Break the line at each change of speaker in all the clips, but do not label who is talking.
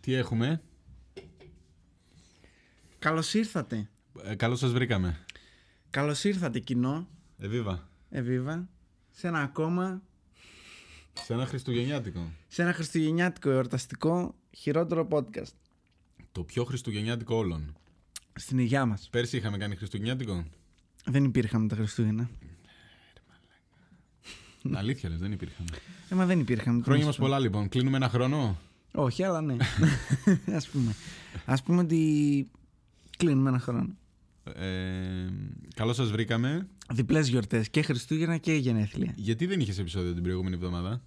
Τι έχουμε.
Καλώς ήρθατε.
Ε, καλώς σας βρήκαμε.
Καλώς ήρθατε, κοινό.
Εβίβα.
Εβίβα. Σε ένα ακόμα.
Σε ένα χριστουγεννιάτικο.
Σε ένα χριστουγεννιάτικο εορταστικό χειρότερο podcast.
Το πιο χριστουγεννιάτικο όλων.
Στην υγειά μας.
Πέρσι είχαμε κάνει χριστουγεννιάτικο.
Δεν υπήρχαμε τα Χριστούγεννα. Ναι.
Αλήθεια λες, δεν υπήρχαμε.
Ε, μα δεν υπήρχαμε. τι
Χρόνια
να
μας
σου πω.
πολλά λοιπόν. Κλείνουμε ένα χρόνο.
Όχι, αλλά ναι. Ας πούμε. Ας πούμε ότι κλείνουμε ένα χρόνο.
Ε, καλώς σας βρήκαμε.
Διπλές γιορτές και Χριστούγεννα και γενέθλια.
Γιατί δεν είχες επεισόδιο την προηγούμενη εβδομάδα.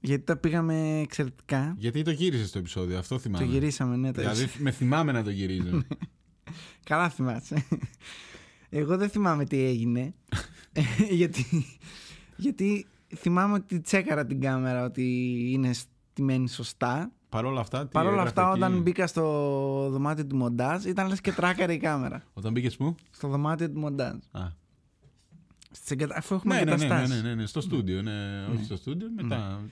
Γιατί τα πήγαμε εξαιρετικά.
Γιατί το γύρισες το επεισόδιο, αυτό θυμάμαι.
Το γυρίσαμε, ναι. Το
Δηλαδή με θυμάμαι να το γυρίζω.
Καλά θυμάσαι. Εγώ δεν θυμάμαι τι έγινε. γιατί, γιατί θυμάμαι ότι τσέκαρα την κάμερα ότι είναι στημένη σωστά.
Παρ' όλα αυτά. τι
Παρ' όλα
έγραφε
αυτά,
εκεί?
όταν μπήκα στο δωμάτιο του μοντάζ, ήταν λες και τράκαρε η κάμερα.
Όταν μπήκες πού.
Στο δωμάτιο του μοντάζ.
Α,
Στις εγκατα... Αφού έχουμε
Ναι, ναι, ναι, ναι,
εγκαταστάσεις.
ναι, ναι, ναι, στο στούντιο. Ναι, όχι στο στούντιο, μετά.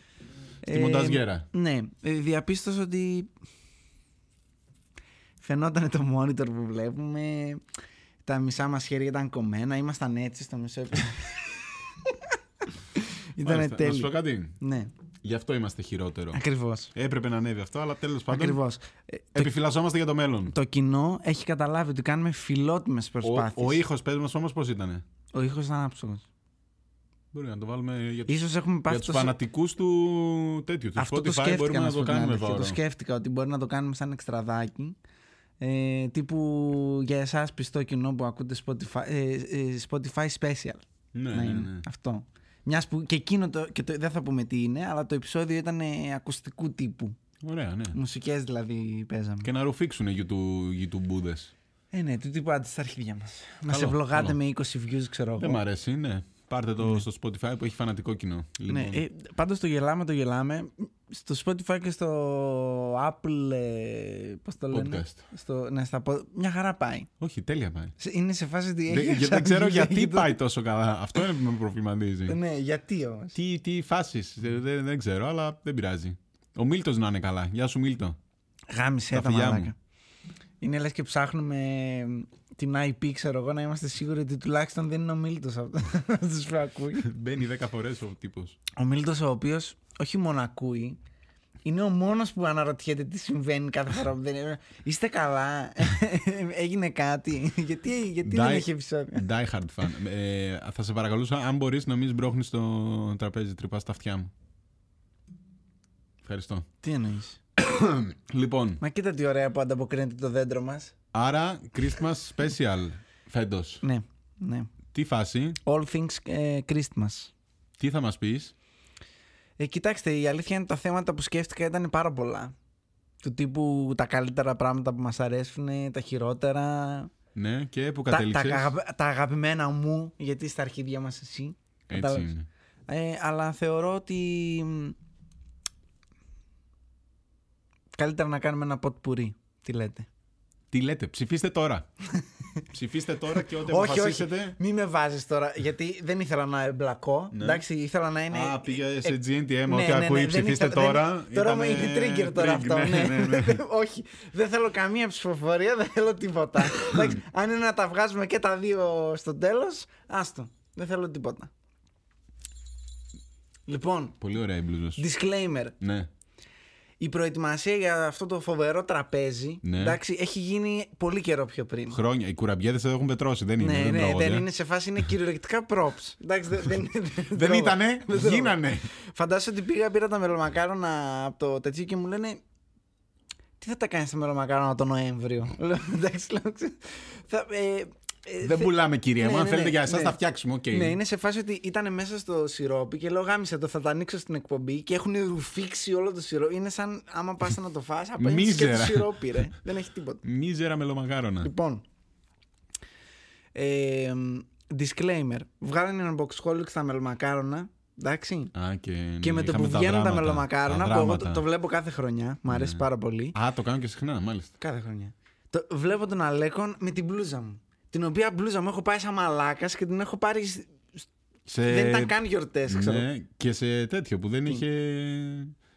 Στη
Ε,
μονταζιέρα.
Ναι, ε, διαπίστωσα ότι φαινόταν το monitor που βλέπουμε, τα μισά μας χέρια ήταν κομμένα, ήμασταν έτσι στο μισό επίπεδο.
Μάλιστα.
Ήταν
Να σου πω
τέλειο.
κάτι.
Ναι,
Γι' αυτό είμαστε χειρότερο.
ακριβώς.
Έπρεπε να ανέβει αυτό, αλλά τέλος πάντων.
Ακριβώς. Ε, το,
Επιφυλασσόμαστε για το μέλλον.
το κοινό έχει καταλάβει ότι κάνουμε φιλότιμες προσπάθειες.
Ο, ο ήχος πες μας όμως πώς ήταν.
Ο ήχος ήταν άψογος.
Μπορεί να το βάλουμε για, τους-
Ίσως έχουμε
για
πάθει
του
τόσο-
φανατικούς του τέτοιου. Του
Αυτό το
Spotify
σκέφτηκα
μπορούμε
να
να
σου
το
πω την
κάνουμε
αλήθεια.
βάρο.
Το σκέφτηκα ότι μπορεί να το κάνουμε σαν εξτραδάκι. Ε, τύπου για εσάς πιστό κοινό που ακούτε Spotify, ε, ε, Spotify Special.
Ναι,
να
ναι,
είναι.
ναι.
Αυτό. Μιας που και εκείνο το, και το, δεν θα πούμε τι είναι, αλλά το επεισόδιο ήταν ε, ακουστικού τύπου.
Ωραία, ναι.
Μουσικές δηλαδή παίζαμε.
Και να ρουφήξουν οι YouTube
Ε, ναι, του τύπου άντε στα αρχίδια μας. Μας
Καλό,
ευλογάτε
καλό.
με 20 views, ξέρω εγώ.
Δεν μ' αρέσει, ναι. Πάρτε το στο Spotify που έχει φανατικό κοινό.
Ναι,
Λοιπόν,
ε, πάντως το γελάμε, το γελάμε. Στο Spotify και στο Apple, ε, πώς το λένε.
Podcast.
Στο, ναι, στα, πο- μια χαρά πάει.
Όχι, τέλεια πάει.
Σε- Είναι σε φάση ότι
Δεν-
έχει
για- δεν ξέρω
εξαντληθεί,
γιατί
έχει το-
πάει τόσο καλά. Αυτό είναι που με προβληματίζει.
Ναι, γιατί όμως.
τι τι φάσεις. Δεν, δεν ξέρω, αλλά δεν πειράζει. Ο Μίλτος να είναι καλά. Γεια σου, Μίλτο.
Γάμισε
Τα
τα
φιλιά μου.
μαλάκα. Είναι λες και ψάχνουμε ε, την IP, ξέρω εγώ, να είμαστε σίγουροι ότι τουλάχιστον δεν είναι ο Μίλτος αυτό. Τους που ακούει.
Μπαίνει 10 φορές ο τύπος.
Ο Μίλτος ο οποίος όχι μόνο ακούει, είναι ο μόνος που αναρωτιέται τι συμβαίνει κάθε φορά που δεν είναι. Είστε καλά, έγινε κάτι, γιατί, γιατί δεν
Die-
έχει επεισόδιο.
Die hard fan. Ε, θα σε παρακαλούσα, αν μπορείς να μην σμπρώχνεις το τραπέζι, τρυπάς στα αυτιά μου. Ευχαριστώ.
Τι εννοείς.
Λοιπόν,
Μα κοίτα τι ωραία που ανταποκρίνεται το δέντρο μας.
άρα Christmas special φέτος.
Ναι, ναι.
Τι φάση,
All things ε, Christmas.
τι θα μας πεις.
Ε, κοιτάξτε, η αλήθεια είναι τα θέματα που σκέφτηκα ήταν πάρα πολλά. Του τύπου τα καλύτερα πράγματα που μας αρέσουν, τα χειρότερα.
Ναι, και που
Τα, τα,
κατέληξες.
αγαπη- τα αγαπημένα μου, γιατί στα αρχίδια μας εσύ.
Έτσι
κατάλαβες.
είναι.
Ε, αλλά θεωρώ ότι. μ, Καλύτερα να κάνουμε ένα ποτ πουρί. Τι λέτε.
Τι λέτε, ψηφίστε τώρα. ψηφίστε τώρα και όταν
όχι,
αποφασίσετε.
όχι. Μην με βάζεις τώρα, γιατί δεν ήθελα να εμπλακώ.
Ναι.
Εντάξει, ήθελα να είναι.
Α, πήγε σε
ε,
GNTM,
ναι,
ό,τι
ναι, ναι,
ακούει,
δεν
ψηφίστε
ήθελα-
τώρα.
δεν- Τώρα μου
Ήτανε
έχει trigger τώρα
trigger,
αυτό.
ναι,
ναι.
ναι, ναι.
Όχι, δεν θέλω καμία ψηφοφορία, δεν θέλω τίποτα. Εντάξει, αν είναι να τα βγάζουμε και τα δύο στο τέλος, άστο. Δεν θέλω τίποτα. Λοιπόν,
Πολύ ωραία η μπλούζα σου.
disclaimer.
Ναι.
Η προετοιμασία για αυτό το φοβερό τραπέζι
Ναι.
εντάξει, έχει γίνει πολύ καιρό πιο πριν.
Χρόνια. Οι κουραμπιέδε εδώ έχουν πετρώσει. Δεν είναι.
Ναι,
δεν,
ναι,
τρώγονται.
δεν είναι σε φάση, είναι κυριολεκτικά props. Εντάξει, δεν, δεν,
Δεν
τρώγω.
ήτανε,
Δεν Ε, τρώγω.
γίνανε.
Φαντάζομαι ότι πήγα, πήρα τα μελομακάρονα από το τέτοιο και μου λένε Τι θα τα κάνεις τα μελομακάρονα το Νοέμβριο. Λέω, εντάξει, λέω, ξέρω, θα, ε, ε,
Δεν
θε-
πουλάμε, κυρία
Ναι,
μου. Αν
ναι,
θέλετε
ναι,
για εσάς,
ναι.
θα φτιάξουμε. οκ.
Ναι, είναι σε φάση ότι ήταν μέσα στο σιρόπι και λέω γάμισε το, θα τα ανοίξω στην εκπομπή και έχουν ρουφήξει όλο το σιρόπι. Είναι σαν άμα πας να το φας, απέναντι και το
Μίζερα.
σιρόπι, ρε. Δεν έχει τίποτα.
Μίζερα μελομακάρονα.
Λοιπόν. Ε, disclaimer. Βγάλανε ένα box σχόλιο στα μελομακάρονα. Εντάξει.
Α, και, ναι,
και με το
είχαμε
που βγαίνουν τα,
δράματα.
μελομακάρονα,
Τα
που εγώ
δράματα. Ναι.
το, το βλέπω κάθε χρονιά. Μ' αρέσει πάρα πολύ.
Α, το κάνω και συχνά, μάλιστα.
Κάθε χρονιά. Το, βλέπω τον Αλέκον με την μπλούζα μου. Την οποία μπλούζα μου έχω πάει σαν μαλάκας και την έχω πάρει. σ-
Σε... Ε,
Δεν ήταν καν γιορτές, ξέρω.
Ναι, και σε τέτοιο που δεν είχε.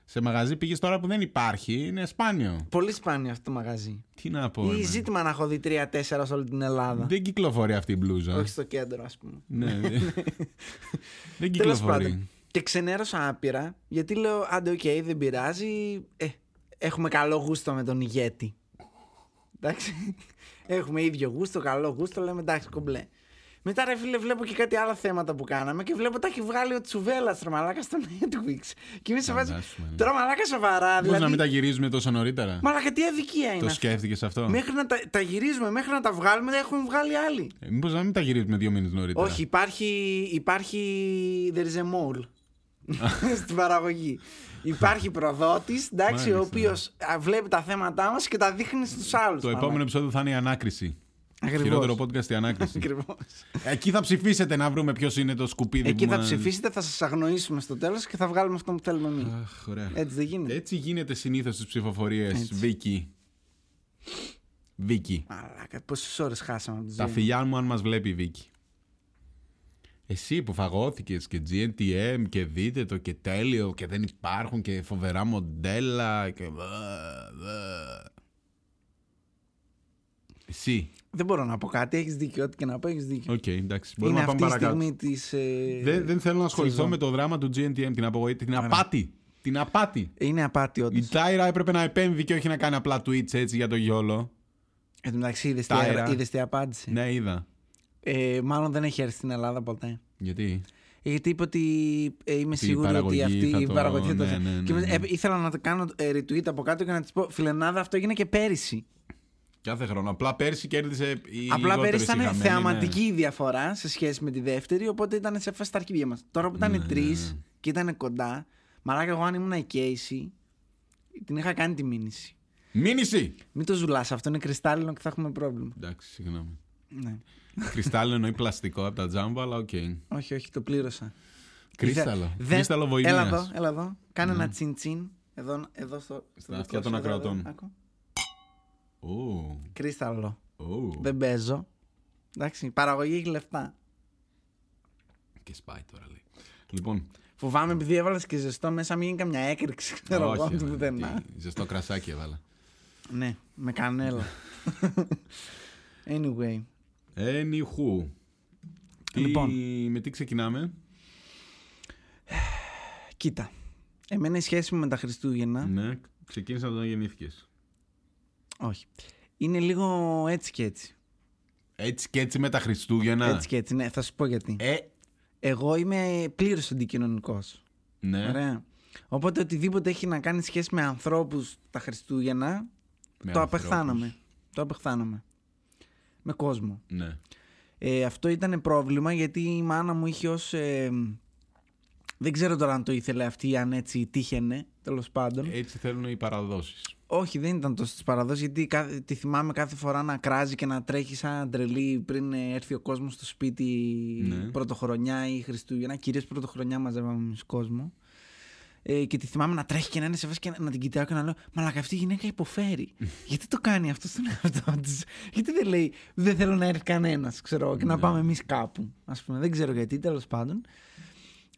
Σε μαγαζί πήγες τώρα που δεν υπάρχει, είναι σπάνιο.
Πολύ σπάνιο αυτό το μαγαζί.
Τι να πω.
Ή
εμένα.
ζήτημα να έχω δει τρία-τέσσερα σε όλη την Ελλάδα.
Δεν κυκλοφορεί αυτή η μπλούζα.
Όχι στο κέντρο, ας πούμε.
Ναι, δεν- δεν
Τέλος
κυκλοφορεί.
πάντων. Και ξενέρωσα άπειρα γιατί λέω: Άντε, οκ, δεν πειράζει. Ε, έχουμε καλό γούστο με τον ηγέτη. Εντάξει. Έχουμε ίδιο γούστο, καλό γούστο, λέμε εντάξει, κομπλέ. Μετά ρε φίλε, βλέπω και κάτι άλλα θέματα που κάναμε και βλέπω τα έχει βγάλει ο Τσουβέλας ρε μαλάκα στο Netflix. Και είμαι σε φάση.
Φαντάσου, μαλάκα.
Τώρα μαλάκα σοβαρά,
Μπορείς ναι. να μην τα
δηλαδή.
γυρίζουμε τόσο νωρίτερα.
Μαλάκα τι αδικία είναι.
Το
αυτή.
σκέφτηκες αυτό.
Μέχρι να τα, τα γυρίζουμε, μέχρι να τα βγάλουμε, τα έχουν βγάλει άλλοι.
Μήπως να μην τα γυρίζουμε δύο μήνες νωρίτερα.
Όχι, υπάρχει, υπάρχει there is a mole στην παραγωγή. Υπάρχει προδότης, εντάξει, ο
Μάλιστα.
οποίος α, βλέπει τα θέματά μας και τα δείχνει στους άλλους.
Το επόμενο επεισόδιο θα είναι η ανάκριση.
Ακριβώς.
Χειρότερο podcast η ανάκριση.
Ακριβώς.
Εκεί θα ψηφίσετε να βρούμε ποιος είναι το σκουπίδι
Εκεί
που
θα
μας-
ψηφίσετε, θα σας αγνοήσουμε στο τέλος και θα βγάλουμε αυτό που θέλουμε εμείς.
Αχ, ωραία.
Έτσι δεν γίνεται.
Έτσι γίνεται συνήθως στις ψηφοφορίες.
Έτσι.
Βίκυ. Βίκυ.
Μαλάκα, πόσες ώρες χάσαμε από τη
Τα
ζωή.
φιλιά μου αν μας βλέπει η Βίκυ. Εσύ που φαγώθηκες και GNTM και δείτε το και τέλειο και δεν υπάρχουν και φοβερά μοντέλα και... βα, βα. Εσύ.
Δεν μπορώ να πω κάτι, έχεις δίκιο, ό,τι και να πω έχεις δίκιο.
Οκ, εντάξει.
είναι
Μπορούμε να
αυτή
πάμε
η
παρακάτω.
στιγμή της... ε,
Δεν, δεν θέλω να ασχοληθώ
σεζόν.
με το δράμα του GNTM, την απογοήτευση, την απάτη. Την απάτη.
Είναι απάτη
Η
όντως.
Τάιρα έπρεπε να επέμβει και όχι να κάνει απλά tweets έτσι για το γιόλο.
Εν τω μεταξύ είδες τι-
Τάιρα.
είδες τι απάντησε.
Ναι, είδα.
Ε, μάλλον δεν έχει έρθει στην Ελλάδα ποτέ.
Γιατί.
Ε, Γιατί είπε ότι ε, είμαι
Τη
σίγουρη ότι
παραγωγή
αυτή
θα
η
το-
παραγωγή θα το.
ναι, ναι, ναι,
και μετά,
ναι.
ε, ήθελα να το κάνω ε, retweet από κάτω και να της πω: Φιλενάδα, αυτό έγινε και πέρυσι.
Κάθε χρόνο. Απλά πέρσι κέρδισε η
Απλά
λιγότερη
πέρυσι ήταν
συγχαμένη, ναι.
θεαματική η διαφορά σε σχέση με τη δεύτερη, οπότε ήταν σε φάση τα αρχίδια μας. Τώρα που ήταν
Ναι, ναι,
τρει
ναι.
και ήταν κοντά, μαλάκα εγώ αν ήμουν η Casey, την είχα κάνει τη μήνυση.
Μήνυση!
Μην το ζουλάς, αυτό είναι κρυστάλλινο και θα έχουμε πρόβλημα.
Εντάξει, συγγνώμη.
Ναι.
Κρυστάλλινο εννοεί πλαστικό από τα τζάμπα, αλλά οκ.
Όχι, όχι, το πλήρωσα.
Κρίσταλο.
Δεν-
Κρίσταλο
Έλα
βοηθεία.
εδώ, έλα εδώ. Κάνε ένα τσιν-τσιν. Εδώ, εδώ στο. στο
Στα
δικό
Ναι. αυτιά
σου,
των
εδώ, εδώ,
ακροατών.
άκου. Κρίσταλο.
Ου.
Δεν παίζω. Εντάξει, η παραγωγή έχει λεφτά.
Και σπάει τώρα, λέει. Λοιπόν,
Φοβάμαι επειδή έβαλες και ζεστό μέσα, μην γίνει καμιά έκρηξη. Ξέρω εγώ
όχι,
από
ρε,
πουθενά.
τι, ζεστό κρασάκι έβαλα.
Ναι, με κανέλα. anyway.
Anywho. Τι-
Λοιπόν.
Με τι ξεκινάμε.
Κοίτα. Εμένα η σχέση μου με τα Χριστούγεννα.
Ναι, ξεκίνησα από το να γεννήθηκες.
Όχι. Είναι λίγο έτσι και έτσι.
Έτσι και έτσι με τα Χριστούγεννα.
Έτσι και έτσι, ναι, θα σου πω γιατί.
Ε,
Εγώ είμαι πλήρως αντικοινωνικός.
ναι.
Ωραία. Οπότε οτιδήποτε έχει να κάνει σχέση με ανθρώπους τα Χριστούγεννα,
με
το
ανθρώπους.
απεχθάνομαι. Το απεχθάνομαι. Με κόσμο.
Ναι.
Ε, αυτό ήταν πρόβλημα γιατί η μάνα μου είχε ως... ε, δεν ξέρω τώρα αν το ήθελε αυτή ή αν έτσι τύχαινε, τέλος πάντων.
Έτσι θέλουν οι παραδόσεις.
Όχι, δεν ήταν τόσο στις παραδόσεις γιατί κάθε- τη θυμάμαι κάθε φορά να κράζει και να τρέχει σαν τρελή πριν ε, έρθει ο κόσμος στο σπίτι
Ναι.
πρωτοχρονιά ή Χριστούγεννα. Κυρίως πρωτοχρονιά μαζεύαμε εμείς κόσμο. Ε, και τη θυμάμαι να τρέχει και να είναι σε φάση και να, να την κοιτάω και να λέω Μαλάκα, αυτή η γυναίκα υποφέρει. γιατί το κάνει αυτό στον εαυτό της, Γιατί δεν λέει Δεν θέλω να έρθει κανένας, ξέρω εγώ, και να
Ναι.
πάμε εμείς κάπου. Ας πούμε, δεν ξέρω γιατί, τέλος πάντων.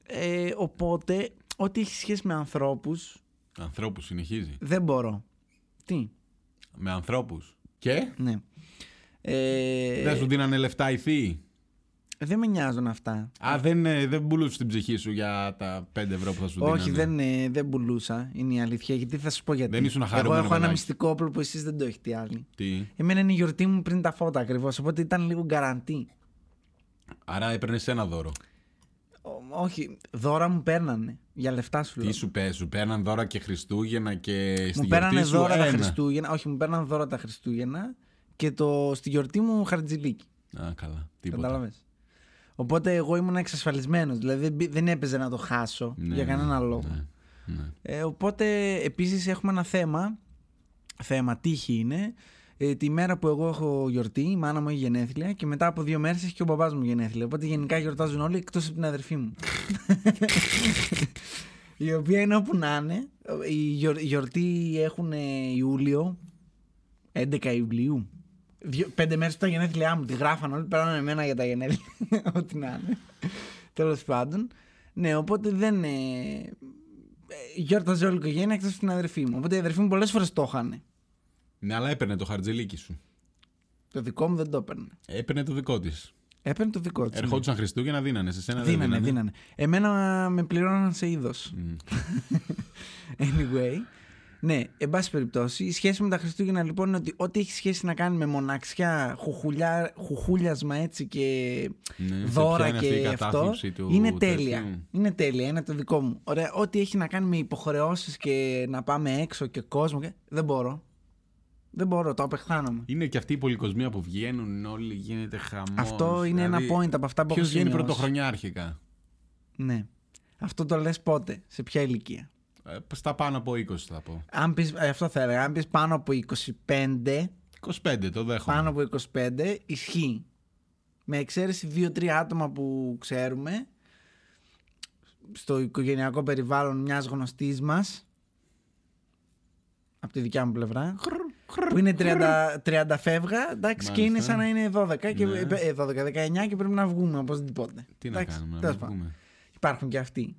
Ε, οπότε, ό,τι έχει σχέση με ανθρώπους,
Ανθρώπους συνεχίζει.
δεν μπορώ. Τι,
Με ανθρώπους. Και.
ναι. Ε,
Δεν σου δίνανε λεφτά οι θείοι.
δεν με νοιάζουν αυτά.
Α, δεν, ε, δεν μπουλούσε την ψυχή σου για τα 5 ευρώ που θα σου δίνανε.
Όχι, δεν, ε, δεν πουλούσα, είναι η αλήθεια. Γιατί θα σου πω γιατί.
Δεν ήσουν
Εγώ
χαρούμενο
έχω ένα
παιδάκι.
μυστικό όπλο που εσείς δεν το έχετε οι άλλοι.
Τι.
Εμένα είναι η γιορτή μου πριν τα φώτα ακριβώς. Οπότε ήταν λίγο γκαραντή.
Άρα έπαιρνες ένα δώρο.
Ω, Όχι, δώρα μου παίρνανε. Για λεφτά σου λέω.
Τι σου πέ, σου παίρναν δώρα και Χριστούγεννα και
Μου
στην
παίρνανε
γιορτή σου
δώρα τα
ένα.
Χριστούγεννα. Όχι, μου παίρνανε δώρα τα Χριστούγεννα και το, στη γιορτή μου χαρτζηλίκι.
Α, καλά. Τίποτα.
Κατάλαβε. Οπότε εγώ ήμουν εξασφαλισμένος. Δηλαδή δεν μπή- δεν έπαιζε να το χάσω
Ναι,
για κανένα
ναι,
λόγο.
ναι, ναι.
Ε, οπότε επίσης έχουμε ένα θέμα, θέμα τύχη είναι, ε, τη μέρα που εγώ έχω γιορτή, η μάνα μου έχει γενέθλια και μετά από δύο μέρες έχει και ο μπαμπάς μου γενέθλια. Οπότε γενικά γιορτάζουν όλοι εκτός από την αδερφή μου. η οποία είναι όπου να είναι. Η γιορ- η γιορτή έχουν ε, Ιούλιο, 11 Ιουλίου. Δυο, πέντε μέρες τα γενέθλιά μου. Τη γράφαν όλοι, πέραναν εμένα για τα γενέθλια. Ό,τι να είναι. Τέλος πάντων. Ναι, οπότε δεν. ε, ε, γιόρταζε όλη η οικογένεια εκτός την αδερφή μου. Οπότε οι αδερφοί μου πολλές φορές το είχαν.
Ναι, αλλά έπαιρνε το χαρτζελίκι σου.
Το δικό μου δεν το έπαιρνε.
Έπαιρνε το δικό της.
Έπαιρνε το δικό της.
Ερχόντουσαν ναι. Χριστούγεννα, δίνανε. Σε σένα δεν
Ναι. Δίνανε,
δίνανε.
δίνανε. Εμένα με πληρώναν σε είδος. anyway. Ναι, εν πάση περιπτώσει, η σχέση με τα Χριστούγεννα λοιπόν είναι ότι ό,τι έχει σχέση να κάνει με μοναξιά, χουχουλιά, χουχούλιασμα έτσι και
Ναι, σε ποια
δώρα
είναι αυτή η
και αυτό,
κατάθλιψη του
είναι τέλεια.
τέτοιου.
Είναι τέλεια, είναι το δικό μου. Ωραία, ό,τι έχει να κάνει με υποχρεώσεις και να πάμε έξω και κόσμο, και... δεν μπορώ. Δεν μπορώ, το απεχθάνομαι.
Είναι και αυτή η πολυκοσμία που βγαίνουν όλοι, γίνεται χαμός.
Αυτό είναι ένα point από αυτά που
Ποιος δηλαδή,
έχω
βγαίνει
σημειώσει.
πρωτοχρονιάρχικα.
Ναι. Αυτό το λες πότε, σε ποια ηλικία.
Ε, Στα πάνω από 20 θα πω.
Αν πεις, ε, αυτό θα έλεγα. Αν πεις πάνω από 25,
25 το δέχομαι.
πάνω από 25, ισχύει. Με εξαίρεση 2-3 άτομα που ξέρουμε στο οικογενειακό περιβάλλον μιας γνωστής μας από τη δικιά μου πλευρά που είναι 30, 30 φεύγα εντάξει, και είναι
Μάλιστα.
σαν να είναι 12, και,
Ναι.
ε, 12 19 και πρέπει να βγούμε οπωσδήποτε
Τι να
Εντάξει,
κάνουμε, να
τέλος
μην
πάντων.
βγούμε.
υπάρχουν και αυτοί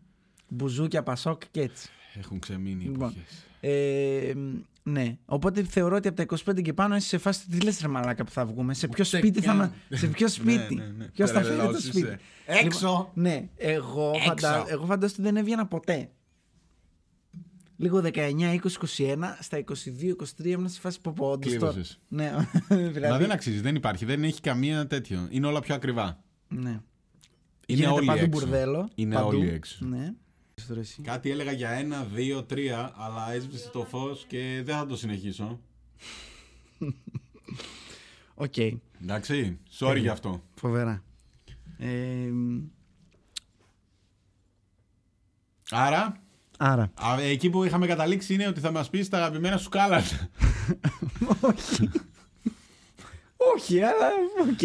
μπουζούκια, πασόκ και έτσι
Έχουν ξεμείνει οι
Λοιπόν.
εποχές.
ε, μ, ναι. Οπότε θεωρώ ότι από τα 25 και πάνω είσαι σε φάση τι λες ρε μαλάκα που θα βγούμε. Σε ποιο
Ούτε
σπίτι θα
καν.
μα... Σε ποιο σπίτι.
Ναι, ναι, ναι.
Ποιος θα φέρει το
Τρελός
σπίτι.
είσαι. Έξω!
Λοιπόν, ναι, εγώ,
Έξω.
φαντα... εγώ φαντάζομαι ότι δεν έβγαινα ποτέ. Λίγο 19, 20, 21, στα 22, 23 ήμουν σε φάση που πω όντως τώρα-
Κλείδωσες.
Ναι,
Μα
δηλαδή.
δεν αξίζει, δεν υπάρχει, δεν έχει καμία τέτοιο. Είναι όλα πιο ακριβά.
Ναι.
Είναι
Γίνεται
όλοι
παντού
έξω.
μπουρδέλο.
Είναι
παντού.
όλοι έξω.
Ναι. Τώρα εσύ.
Κάτι έλεγα για ένα, δύο, τρία, αλλά έσβησε το φως και δεν θα το συνεχίσω.
Οκ.
Εντάξει, sorry γι' αυτό.
Φοβερά. Ε, μ,
Άρα,
άρα.
α, εκεί που είχαμε καταλήξει είναι ότι θα μας πεις τα αγαπημένα σου κάλαντα.
Όχι. Όχι, αλλά οκ.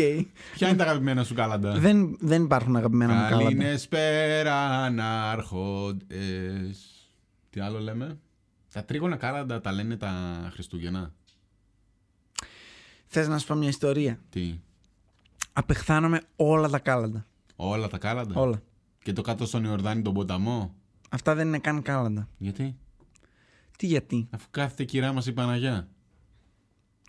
Ποια είναι τα αγαπημένα σου κάλαντα.
Δεν, δεν υπάρχουν αγαπημένα μου κάλαντα.
Καλήνες πέραν άρχοντες. Τι άλλο λέμε. Τα τρίγωνα κάλαντα τα λένε τα Χριστούγεννα.
Θες να σου πω μια ιστορία.
Τι.
Απεχθάνομαι όλα τα κάλαντα.
Όλα τα κάλαντα.
Όλα.
Και το κάτω στον Ιορδάνη τον ποταμό.
Αυτά δεν είναι καν κάλαντα.
Γιατί.
Τι γιατί.
Αφού κάθεται η κυρά μας η Παναγιά.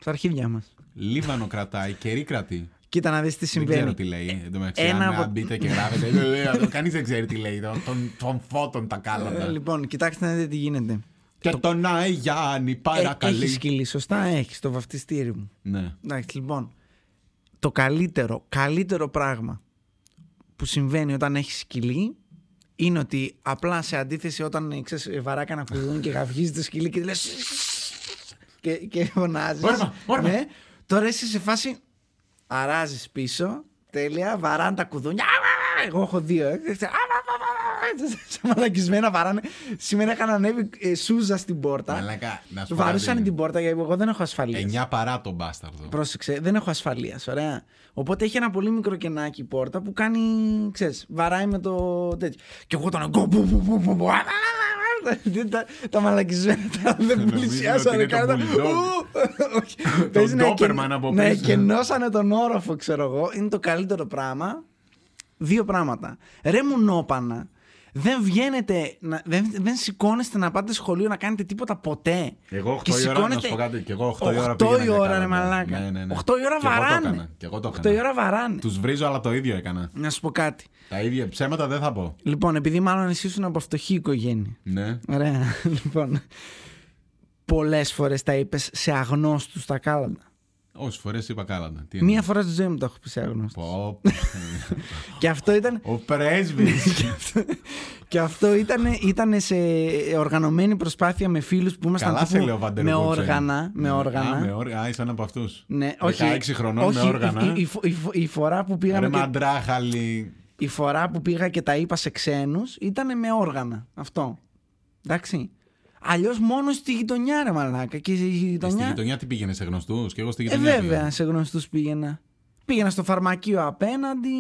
Στα αρχίδια μας.
Λίβανο κρατάει, κερί κρατεί.
Κοίτα να δεις τι
Δεν ξέρω
συμβαίνει.
τι λέει. Εν τω μεταξύ,
ένα
αν
από-
μπείτε και γράφετε. Ε, δεν λέω, Κανείς δεν ξέρει τι λέει. Τον, τον, τον φώτον τα
Ε,
κάλαντα.
λοιπόν, κοιτάξτε να δείτε τι γίνεται.
και τον Άι Γιάννη παρακαλεί.
Έχεις σκυλί, σωστά. Έχεις το βαφτιστήρι μου.
Ναι.
Εντάξει, λοιπόν. Το καλύτερο, καλύτερο πράγμα που συμβαίνει όταν έχεις σκυλί είναι ότι απλά σε αντίθεση όταν ε, ξέρεις, ε, βαράκανα κουδούν και γαυγίζει το σκυλί και λες και, και φωνάζεις.
Όρμα, όρμα.
Ναι. Τώρα είσαι σε φάση αράζεις πίσω, τέλεια, βαράνε τα κουδούνια. Εγώ έχω δύο. ε. Σε μαλακισμένα βαράνε. Σήμερα είχαν ανέβει ε, σούζα στην πόρτα.
Μαλάκα, να σου πω
Βαρούσαν
κάτι.
την πόρτα γιατί εγώ δεν έχω ασφαλείας.
9 παρά τον μπάσταρδο.
Πρόσεξε, δεν έχω ασφαλείας, ωραία. Οπότε έχει ένα πολύ μικρό κενάκι η πόρτα που κάνει, ξέρεις, βαράει με το τέτοιο. Και εγώ τον αγκώ, μπου, μπου, μπου, μπου, μπου, α, α, α, α, α, δεν Τα, τα μαλακισμένα τα δεν
Νομίζω ότι
πλησιάσανε
είναι το
καν.
bulldog.
Παίζει να
Doberman
εκεν-
από
Να
πίσω.
εκενώσανε τον όροφο, ξέρω εγώ. Είναι το καλύτερο πράγμα. Δύο πράγματα. Ρε μουνόπανα, δεν βγαίνετε, να- δεν, δεν σηκώνεστε να πάτε σχολείο να κάνετε τίποτα ποτέ.
Εγώ 8
Και
η ώρα να
σηκώνεται-
σου πω κάτι. Και εγώ 8 η ώρα
8
πήγαινα.
η
για
ώρα,
κάλαντα.
ρε μαλάκα.
Ναι, ναι, ναι.
8 η ώρα
Και εγώ το
βαράνε.
έκανα, Και εγώ το
8 η
έκανα.
ώρα βαράνε.
Τους βρίζω, αλλά το ίδιο έκανα.
Να σου πω κάτι.
Τα ίδια ψέματα δεν θα πω.
Λοιπόν, επειδή μάλλον εσύ ήσουν από φτωχή οικογένεια.
Ναι.
Ωραία, λοιπόν. Πολλές φορές τα είπες σε αγνώστους τα κάλαντα.
Όσες φορές είπα κάλαντα. Τι
Μία φορά στη ζωή μου τα έχω πει σε αγνώστου.
Πω,
Και αυτό ήταν.
Ο πρέσβης.
Και αυτό ήταν, ήτανε σε οργανωμένη προσπάθεια με φίλους που ήμασταν
Καλά σε
τύπου
λέω, Βαντερ
με
Βούτσεν.
όργανα. Με
Ναι. Α, με
όργανα.
όργανα. Α, ήσαν από αυτούς.
Ναι, όχι.
16 χρονών
όχι,
με όργανα.
Η, η, φο- η φο- η φορά που
Ρε
πήγαμε και
μαντράχαλη.
η φορά που πήγα και τα είπα σε ξένους ήταν με όργανα. Αυτό. Εντάξει. Αλλιώς μόνο στη γειτονιά, ρε Μαλάκα. Και στη
Ε, Στη
γειτονιά.
γειτονιά τι πήγαινε σε γνωστούς. Και εγώ στη
ε,
γειτονιά.
βέβαια, σε γνωστούς πήγαινα. Πήγαινα στο φαρμακείο απέναντι,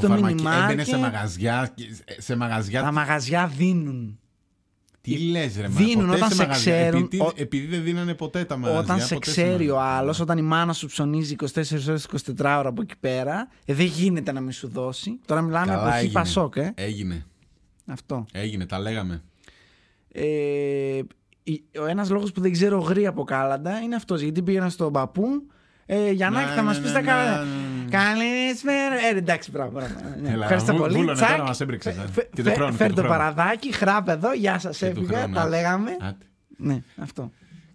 Στο φαρμακείο.
μινιμάρκετ.
Έμπαινε σε μαγαζιά. και- Σε
Τα
μαγαζιά.
μαγαζιά δίνουν.
Τι λες, ρε μα,
δίνουν
ποτέ
όταν
σε
σε
μαγαζιά.
ξέρουν,
Επειδή-
ό-
Επειδή δεν δίνανε ποτέ τα μαγαζιά.
όταν σε
ποτέ
ξέρει ο
μαγαζιά.
άλλος, όταν η μάνα σου ψωνίζει 24 ώρε, 24 ώρα από εκεί πέρα, ε, δεν γίνεται να μην σου δώσει. Τώρα μιλάμε
Καλά
εποχή
έγινε.
Πασόκ, ε.
Έγινε.
Αυτό.
Έγινε, τα λέγαμε.
Ε, η- ο ένας λόγος που δεν ξέρω γρή από κάλαντα είναι αυτός. Γιατί πήγαινα στον παππού. Ε, Γιαννάκη,
Ναι,
θα μας
ναι,
πεις
ναι,
τα κάλαντα.
ναι, ναι, ναι.
Καλησπέρα. Ε, εντάξει, μπράβο, μπράβο. Ναι,
Έλα,
Ευχαριστώ
βου-
πολύ.
βούλωνε τώρα, μας έμπρεξες, ναι.
φε-
Και του
φε-
χρόνου, και
Φέρ
του
το
χρόνου.
παραδάκι, χράπε εδώ. Γεια σας,
Και του
έφυγα.
χρόνου,
Τα
άντε.
λέγαμε.
Άντε.
Ναι, αυτό.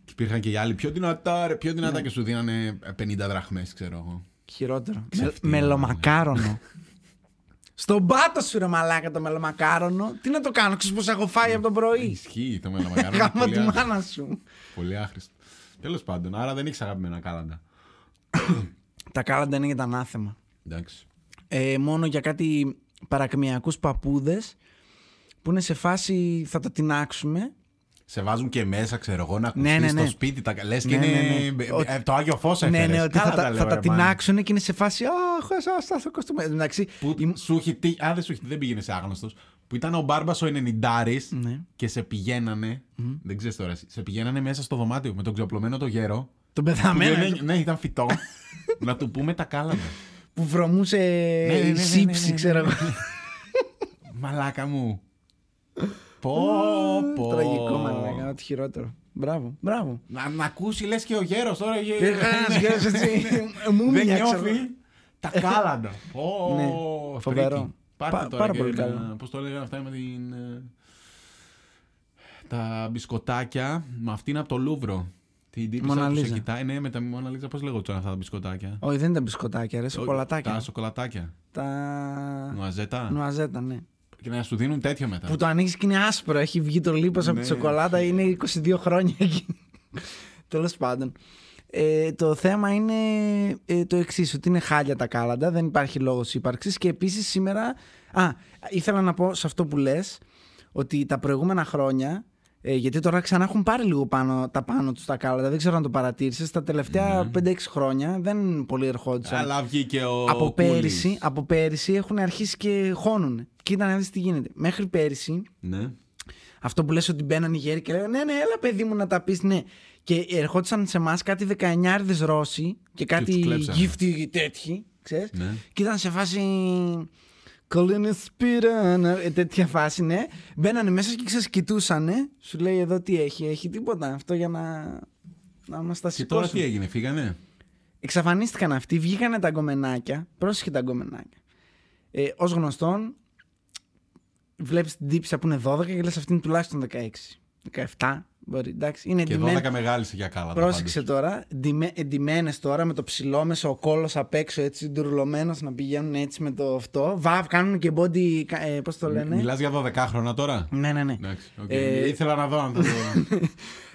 Και υπήρχαν και οι άλλοι πιο δυνατά, ρε, πιο
Ναι.
δυνατά και σου δίνανε 50 δραχμές, ξέρω εγώ.
Χειρότερο.
Ξεφτύλα,
μελομακάρονο. Στον πάτο σου ρε μαλάκα το μελομακάρονο. Τι να το κάνω, ξέρεις πως έχω φάει από το πρωί.
Ισχύει το μελομακαρόνι.
Γάμα
πολύ
τη
άχρηστο.
μάνα σου.
Πολύ άχρηστο. Τέλος πάντων, άρα δεν έχει αγαπημένα κάλαντα.
Τα κάλαντα είναι για τα ανάθεμα.
Εντάξει.
Ε, μόνο για κάτι παρακμιακούς παππούδες που είναι σε φάση θα τα τεινάξουμε.
Σε βάζουν και μέσα, ξέρω εγώ, να ακουστείς
Ναι, ναι, ναι.
στο σπίτι. Τα... Λες και
Ναι,
είναι.
ναι, ναι.
ε,
Ότι-
ε, Το άγιο φως έφερε.
Ναι, ναι, ότι θα, τα, θα τα τεινάξουν και είναι σε φάση. Αχ, α θα το κοστούμε. Εντάξει.
Που
η-
σου έχει τύχει. Α, δεν σου έχει τύχει, δεν πήγαινε άγνωστος. Που ήταν ο Μπάρμπας ο 90
Ναι.
και σε πηγαίνανε. Δεν ξέρεις τώρα. εσύ, Σε πηγαίνανε μέσα στο δωμάτιο με τον ξαπλωμένο το γέρο.
Τον
που
πεθαμένο
δεν- ναι, ήταν φυτό. να του πούμε τα κάλαντα.
που βρωμούσε
ναι, ναι,
η
ναι, ναι,
σύψη,
ναι.
ξέρω εγώ.
Μαλάκα μου. Πω, πω.
Τραγικό μαλάκα, ό,τι χειρότερο. Μπράβο, μπράβο.
Να, να ακούσει λες και ο γέρος τώρα. γε-
Ένας γέρος έτσι,
Ε, ναι. Δεν
μούμια, ξέρω.
νιώθει τα κάλαντα. Ω,
Ε, Ναι,
φρίκι.
φοβερό.
Πάρτε
Πα-
τώρα
πάρα
και
πολύ
ένα-
καλό.
Πώς το λέγανε αυτά με την... ε, Τα μπισκοτάκια με αυτήν από το Λούβρο. Την τύπησα που σε
Μοναλίζα.
κοιτάει. Ναι, με τα Μοναλίζα πώς λέγονται τώρα αυτά τα μπισκοτάκια.
Όχι, δεν ήταν μπισκοτάκια, ρε,
Τα
σοκολατάκια.
σοκολατάκια.
Τα.
Νουαζέτα.
Νουαζέτα, ναι.
Και να σου δίνουν τέτοιο μετά.
Που το ανοίγεις και είναι άσπρο, έχει βγει το λίπος από
Ναι.
τη σοκολάτα, είναι 22 χρόνια εκεί. Τέλος πάντων. Ε, το θέμα είναι ε, το εξής, ότι είναι χάλια τα κάλαντα, δεν υπάρχει λόγος ύπαρξης και επίσης σήμερα. Α, ήθελα να πω σε αυτό που λες, ότι τα προηγούμενα χρόνια. ε, γιατί τώρα ξανά έχουν πάρει λίγο πάνω, τα πάνω τους τα κάλαντα. Δεν ξέρω αν το παρατήρησες. Τα τελευταία 5-6 χρόνια δεν πολύ ερχόντουσαν.
Αλλά βγήκε Ναι. ο
από
Κούλης.
πέρυσι, από πέρυσι έχουν αρχίσει και χώνουν. Κοίτα να δεις τι γίνεται. Μέχρι πέρυσι
Ναι.
αυτό που λες ότι μπαίναν οι γέροι και λέγανε Ναι, ναι, έλα παιδί μου να τα πεις ναι. Και ερχόντουσαν σε εμάς κάτι 19 Ρώσοι και
τους
κάτι
κλέψανε.
γύφτη τέτοιοι, ξέρεις.
Ναι.
Και ήταν σε φάση. Κολλήνε σπήρα. να- ε, Τέτοια φάση, ναι. Μπαίνανε μέσα και ξεσκητούσανε. Σου λέει εδώ τι έχει, έχει τίποτα. Αυτό για να, να μας τα
Και τώρα τι
σηκώσουν.
έγινε, φύγανε.
Εξαφανίστηκαν αυτοί, βγήκανε τα γκομενάκια. Πρόσεχε τα γκομενάκια. Ε, Ως γνωστόν, βλέπεις την τύψη που είναι 12 και λες αυτήν τουλάχιστον 16. 17 μπορεί, εντάξει. Είναι
Και
εντυμένε.
12 μεγάλησε για κάλαντα.
Ε, ναι. Πρόσεξε τώρα, εντυμένες τώρα με το ψηλό μέσα ο κόλος απ' έξω έτσι, ντουρλωμένος να πηγαίνουν έτσι με το αυτό. Βαβ, κάνουν και body. κα- Ε, Πώς το λένε.
Μιλάς για 12 χρόνια τώρα.
Ναι, ναι, ναι.
Εντάξει, οκ.
Ε,
Ήθελα να δω αν θα το.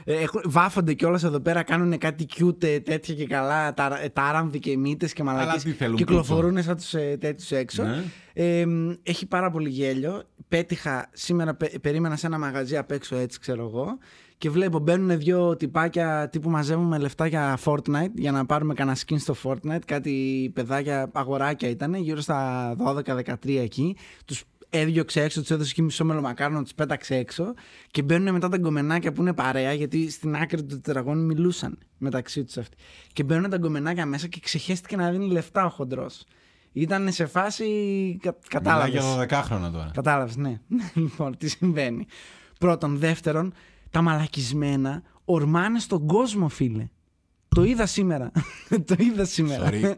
Ε, έχουν- βάφονται κιόλας εδώ πέρα, κάνουν κάτι cute ε, τέτοια και καλά, τα, ε, τάρανδι και μύτες και
Αλλά τι
μαλακίες
θέλουν,
Κυκλοφορούν σαν τους ε, τέτοιους έξω.
Ναι.
Ε, μ, έχει πάρα πολύ γέλιο. Πέτυχα σήμερα, πε- περίμενα σε ένα μαγαζί απ' έξω έτσι, ξέρω εγώ. Και βλέπω μπαίνουν δύο τυπάκια τύπου μαζεύουμε λεφτά για Fortnite για να πάρουμε κανένα skin στο Fortnite. Κάτι παιδάκια, αγοράκια ήταν, γύρω στα 12-13 εκεί. Τους έδιωξε έξω, τους έδωσε και μισό μελομακάρονο, τους πέταξε έξω και μπαίνουν μετά τα γκομενάκια που είναι παρέα, γιατί στην άκρη του τετραγώνου μιλούσαν μεταξύ τους αυτοί. Και μπαίνουν τα γκομενάκια μέσα και ξεχέστηκε να δίνει λεφτά ο χοντρός. Ήταν σε φάση. Κα,
Μιλάω
Κατάλαβε.
για 12 χρόνια τώρα.
Κατάλαβες, ναι. λοιπόν, τι συμβαίνει. Πρώτον. Δεύτερον, τα μαλακισμένα ορμάνε στον κόσμο, φίλε. Το είδα σήμερα. το είδα σήμερα.
Sorry.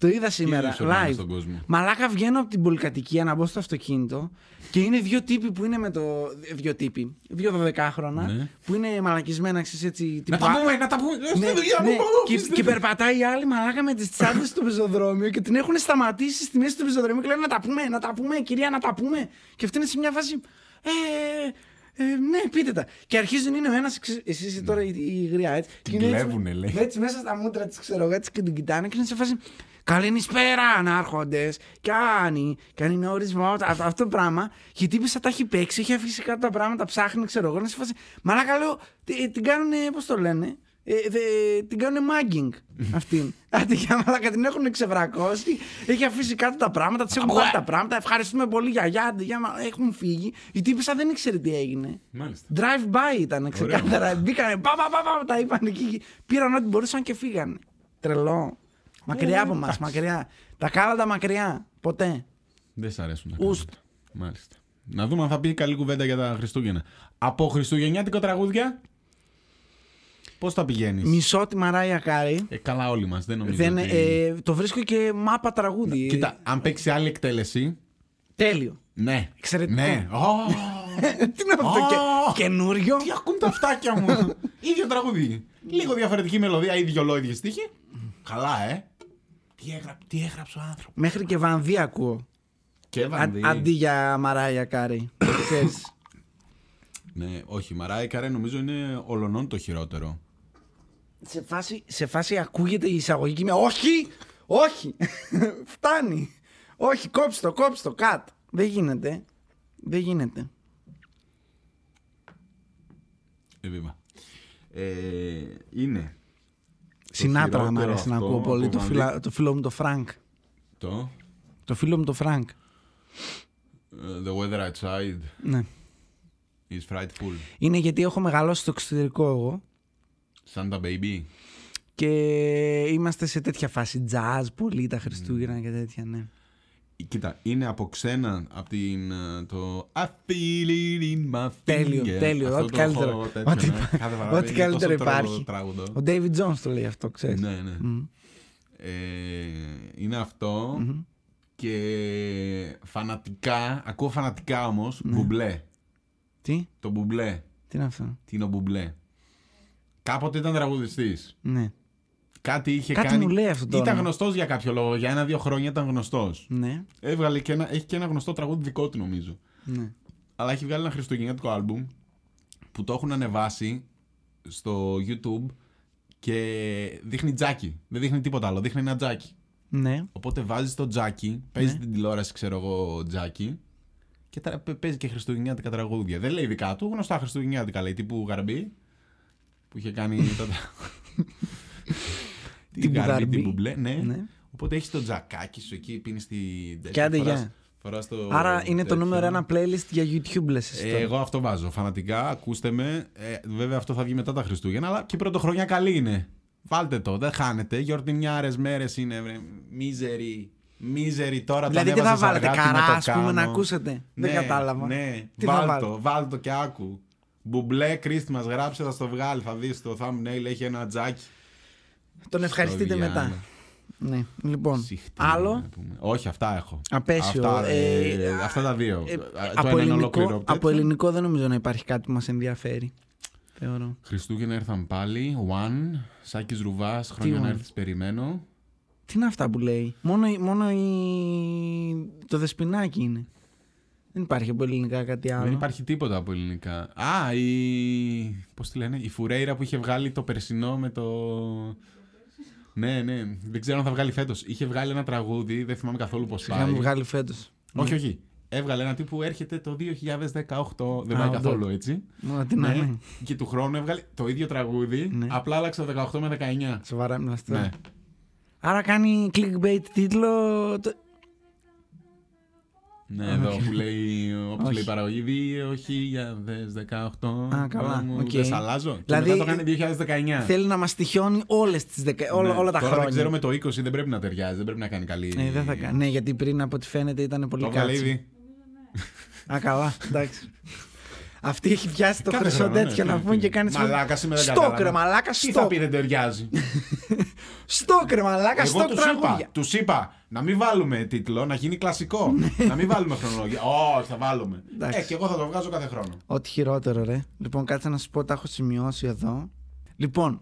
το είδα
Τι
σήμερα.
είδους οργάνωση
Live.
Στον κόσμο.
Μαλάκα βγαίνω από την πολυκατοικία να μπω στο αυτοκίνητο και είναι δύο τύποι που είναι με το. Δύο τύποι. Δύο 12χρονα
Ναι.
που είναι μαλακισμένα, ξέρεις έτσι.
Να
τύπου-
τα πούμε, να τα πούμε. Στη
Ναι,
δουλειά μου,
ναι.
πάνω,
Και,
στη
και
δουλειά.
περπατάει η άλλη μαλάκα με τις τσάντες στο πεζοδρόμιο και την έχουν σταματήσει στη μέση του πεζοδρομίου και λένε Να τα πούμε, να τα πούμε, κυρία, να τα πούμε. Και αυτή είναι σε μια φάση. Ε, ε, ναι, πείτε τα. Και αρχίζουν, είναι ο ένας. Εσύ είσαι τώρα η, η γριά, έτσι.
Την
και είναι έτσι
κλέβουνε,
με-
λέει.
Έτσι μέσα στα μούτρα της, ξέρω εγώ, έτσι και την κοιτάνε και είναι σε φάση. Καληνισπέρα, ανάρχοντε. Κάνει, κάνει ένα ορισμό. α- Αυτό το πράγμα. Και η τύπησα τα έχει παίξει, έχει αφήσει κάτω τα πράγματα, ψάχνει, ξέρω εγώ. Είναι σε φάση. Μαλάκα λέω, τι- ε, την κάνουν, πώς το λένε. Ε, δε- την κάνουν μάγκινγκ αυτήν. Άντε για μαλάκα, την έχουν ξεβρακώσει. Έχει αφήσει κάτω τα πράγματα, τη έχουν πάρει τα πράγματα. Ευχαριστούμε πολύ, γιαγιά. άντε, Για, μα- έχουν φύγει. Η τύπησα δεν ήξερε τι έγινε.
Μάλιστα.
Drive-by ήταν ξεκάθαρα. Μπήκανε, πα, πα, πα, πα, τα είπαν εκεί. Πήραν ό,τι μπορούσαν και φύγανε. Τρελό. Μακριά από μας, μακριά. Τα κάλαντα μακριά. Ποτέ.
Δεν σ' αρέσουν. τα
Ουστ.
κάλαντα. Μάλιστα. Να δούμε αν θα πει καλή κουβέντα για τα Χριστούγεννα. Από Χριστουγεννιάτικο τραγούδια. Πώς τα πηγαίνεις.
Μισό τη Μαράια Κάρι.
Ε, καλά, όλοι μας. Δεν νομίζω.
Δεν,
ότι...
ε, το βρίσκω και μάπα τραγούδι.
Κοίτα, αν παίξει άλλη εκτέλεση.
Τέλειο.
Ναι.
Εξαιρετικό.
Ναι. Ω,
Ε, Τι να πω αυτό, και,
Α!
καινούριο.
Τι ακούν τα αυτάκια μου. ίδιο τραγούδι. Λίγο διαφορετική μελωδία, ίδιο λόγο, ίδιο στίχη. Καλά, ε. Τι, έγρα... τι έγραψε ο άνθρωπος.
Μέχρι και βανδί ακούω.
Και
Α- Ε, αντί για Μαράια Κάρι. Ξέρεις.
Ναι, όχι, Μαράι Καρέ νομίζω είναι ολονών το χειρότερο.
σε, φάση, σε φάση ακούγεται η εισαγωγική με Όχι! Όχι! Φτάνει! Όχι, κόψτε το, κόψτε το, κατ. Δεν γίνεται. Δεν γίνεται.
Ε, βέβαια. Ε, είναι
Συνάτρα μου
χειρότερο
αρέσει να
αυτό
ακούω πολύ.
από
Το,
Βανδί.
φιλα- το φίλο μου το Φρανκ.
το
Το φίλο μου το Φρανκ.
ε, The weather outside
Ναι.
is frightful.
Είναι γιατί έχω μεγαλώσει στο εξωτερικό εγώ
Santa baby.
και είμαστε σε τέτοια φάση jazz πολύ τα Χριστούγεννα και τέτοια, ναι.
Κοίτα, είναι από ξένα από την, ε, το I feel it in my finger.
Τέλειο, τέλειο.
Αυτό
Ό,τι
το
καλύτερο.
έχω τέτοιο,
Ό,τι-
ναι. Κάθε βράδυ
ό,τι
είναι
καλύτερο
τόσο τραγουδό-
υπάρχει.
τραγουδό.
Ο David Jones το λέει αυτό, ξέρεις.
Ναι, ναι.
Μμμ.
Ε, είναι αυτό και φανατικά, ακούω φανατικά όμως,
Ναι.
μπουμπλέ.
Τι,
Το μπουμπλέ.
τι είναι αυτό.
Τι είναι ο μπουμπλέ. Κάποτε ήταν τραγουδιστής.
Ναι.
Κάτι είχε
Κάτι
κάνει.
μου λέει αυτό το
Ήταν
όνομα.
γνωστός για κάποιο λόγο. Για ένα-δύο χρόνια ήταν γνωστός.
Ναι,
Έβγαλε και ένα, έχει και ένα γνωστό τραγούδι δικό του νομίζω.
ναι.
Αλλά έχει βγάλει ένα χριστουγεννιάτικο άλμπουμ που το έχουν ανεβάσει στο YouTube και δείχνει τζάκι. Δεν δείχνει τίποτα άλλο. Δείχνει ένα τζάκι.
Ναι.
Οπότε βάζεις το τζάκι, παίζεις την τηλεόραση, ξέρω εγώ, τζάκι. Και τρα- παι- παίζει και χριστουγεννιάτικα τραγούδια. Δεν λέει δικά του, γνωστά χριστουγεννιάτικα λέει. Τύπου Γαρμπή που είχε κάνει. τότε.
Τύπου
Την Γαρμπή,
Γαρμπή.
την Μπουμπλέ, ναι.
Ναι.
Οπότε έχει το τζακάκι σου εκεί, πίνεις την.
Και άντε, γεια.
Φοράς το
Άρα είναι το
τέτοιο.
νούμερο ένα playlist για YouTube, λες εσύ
Ε,
τώρα.
εγώ αυτό βάζω. Φανατικά, ακούστε με. Ε, βέβαια, αυτό θα βγει μετά τα Χριστούγεννα, αλλά και η πρωτοχρονιά καλή είναι. Βάλτε το, δεν χάνετε. Γιορτινιάρες μέρες είναι. Βρε. Μίζεροι. Μίζεροι τώρα
Δηλαδή
τα
δεν θα
ανέβασα
βάλετε
αργά, τι
καρά,
το
ας πούμε, να
κάνω.
ακούσετε. δεν κατάλαβα.
Ναι,
Τι θα
βάλ
βάλω.
το, βάλ το και άκου. Μπουμπλέ, Christmas, γράψε, θα στο βγάλει. Θα δεις το thumbnail, έχει ένα τζάκι.
Τον ευχαριστείτε
Στο
μετά.
διάλογο.
Ναι, λοιπόν.
Συχτή, να
Άλλο.
πούμε. Όχι, αυτά έχω.
Απέσιο.
Αυτά, ε,
Ε, α,
αυτά τα δύο.
ε,
Ε, το
από,
ένα είναι
ελληνικό,
ολόκληρο.
από
τέτοιο.
ελληνικό δεν νομίζω να υπάρχει κάτι που μας ενδιαφέρει. Θεωρώ.
Χριστούγεννα ήρθαν πάλι. One. Σάκης Ρουβάς. Χρόνια να
one?
έρθεις, περιμένω.
Τι είναι αυτά που λέει. Μόνο, η- μόνο η... το δεσπινάκι είναι. Δεν υπάρχει από ελληνικά κάτι άλλο.
Δεν υπάρχει τίποτα από ελληνικά. Α, η. Πώς τη λένε, η Φουρέιρα που είχε βγάλει το περσινό με το. Ναι, ναι. Δεν ξέρω αν θα βγάλει φέτος. Είχε βγάλει ένα τραγούδι, δεν θυμάμαι καθόλου πώς
Σιγά
πάει.
μου βγάλει φέτος.
Όχι, όχι. Έβγαλε ένα τύπου που έρχεται το 2018. Δεν
Α,
πάει
όντως.
καθόλου έτσι.
Μόνο τι να
Ναι.
είναι.
Και του χρόνου έβγαλε το ίδιο τραγούδι.
Ναι.
Απλά άλλαξε το 18 με 19.
Σοβαρά μιλάς τώρα.
Ναι.
Άρα κάνει clickbait τίτλο. το-
Ναι, εδώ που λέει, όπως
Όχι.
λέει η παραγωγή 2018.
Α, καλά,
Μου,
οκ.
Δεν σ' αλλάζω. Και
Δηλαδή,
μετά το κάνει 2019.
Θέλει να μας τυχιώνει όλες τις δεκα... όλα,
Ναι,
όλα τα
Τώρα
χρόνια.
δεν ξέρω με το 20 δεν πρέπει να ταιριάζει, δεν πρέπει να κάνει καλή.
Ναι, δεν θα κάνει. Ναι, γιατί πριν από ό,τι φαίνεται ήταν
Το
πολύ
έβγαλε
κάτσι.
ήδη.
Α, καλά, εντάξει. Αυτή έχει πιάσει το
Κάθε
χρυσό
χρόνο, ναι,
τέτοιο να
ναι,
πούν
ναι.
και κάνεις.
Μαλάκα σήμερα δεν
Στόκ, ρε
κατάλαβα.
μαλάκα,
Τι θα
στόκ.
πει δεν ταιριάζει.
Στόκ, ρε μαλάκα,
Εγώ
στόκ
του
τραγούδια.
είπα, τους είπα να μην βάλουμε τίτλο, να γίνει κλασικό. να μην βάλουμε χρονολογία. Όχι, θα βάλουμε.
Ναι. Εντάξει.
Ε, και εγώ θα το βγάζω κάθε χρόνο.
Ό,τι χειρότερο, ρε. Λοιπόν, κάτσε να σου πω, τα έχω σημειώσει εδώ. Λοιπόν,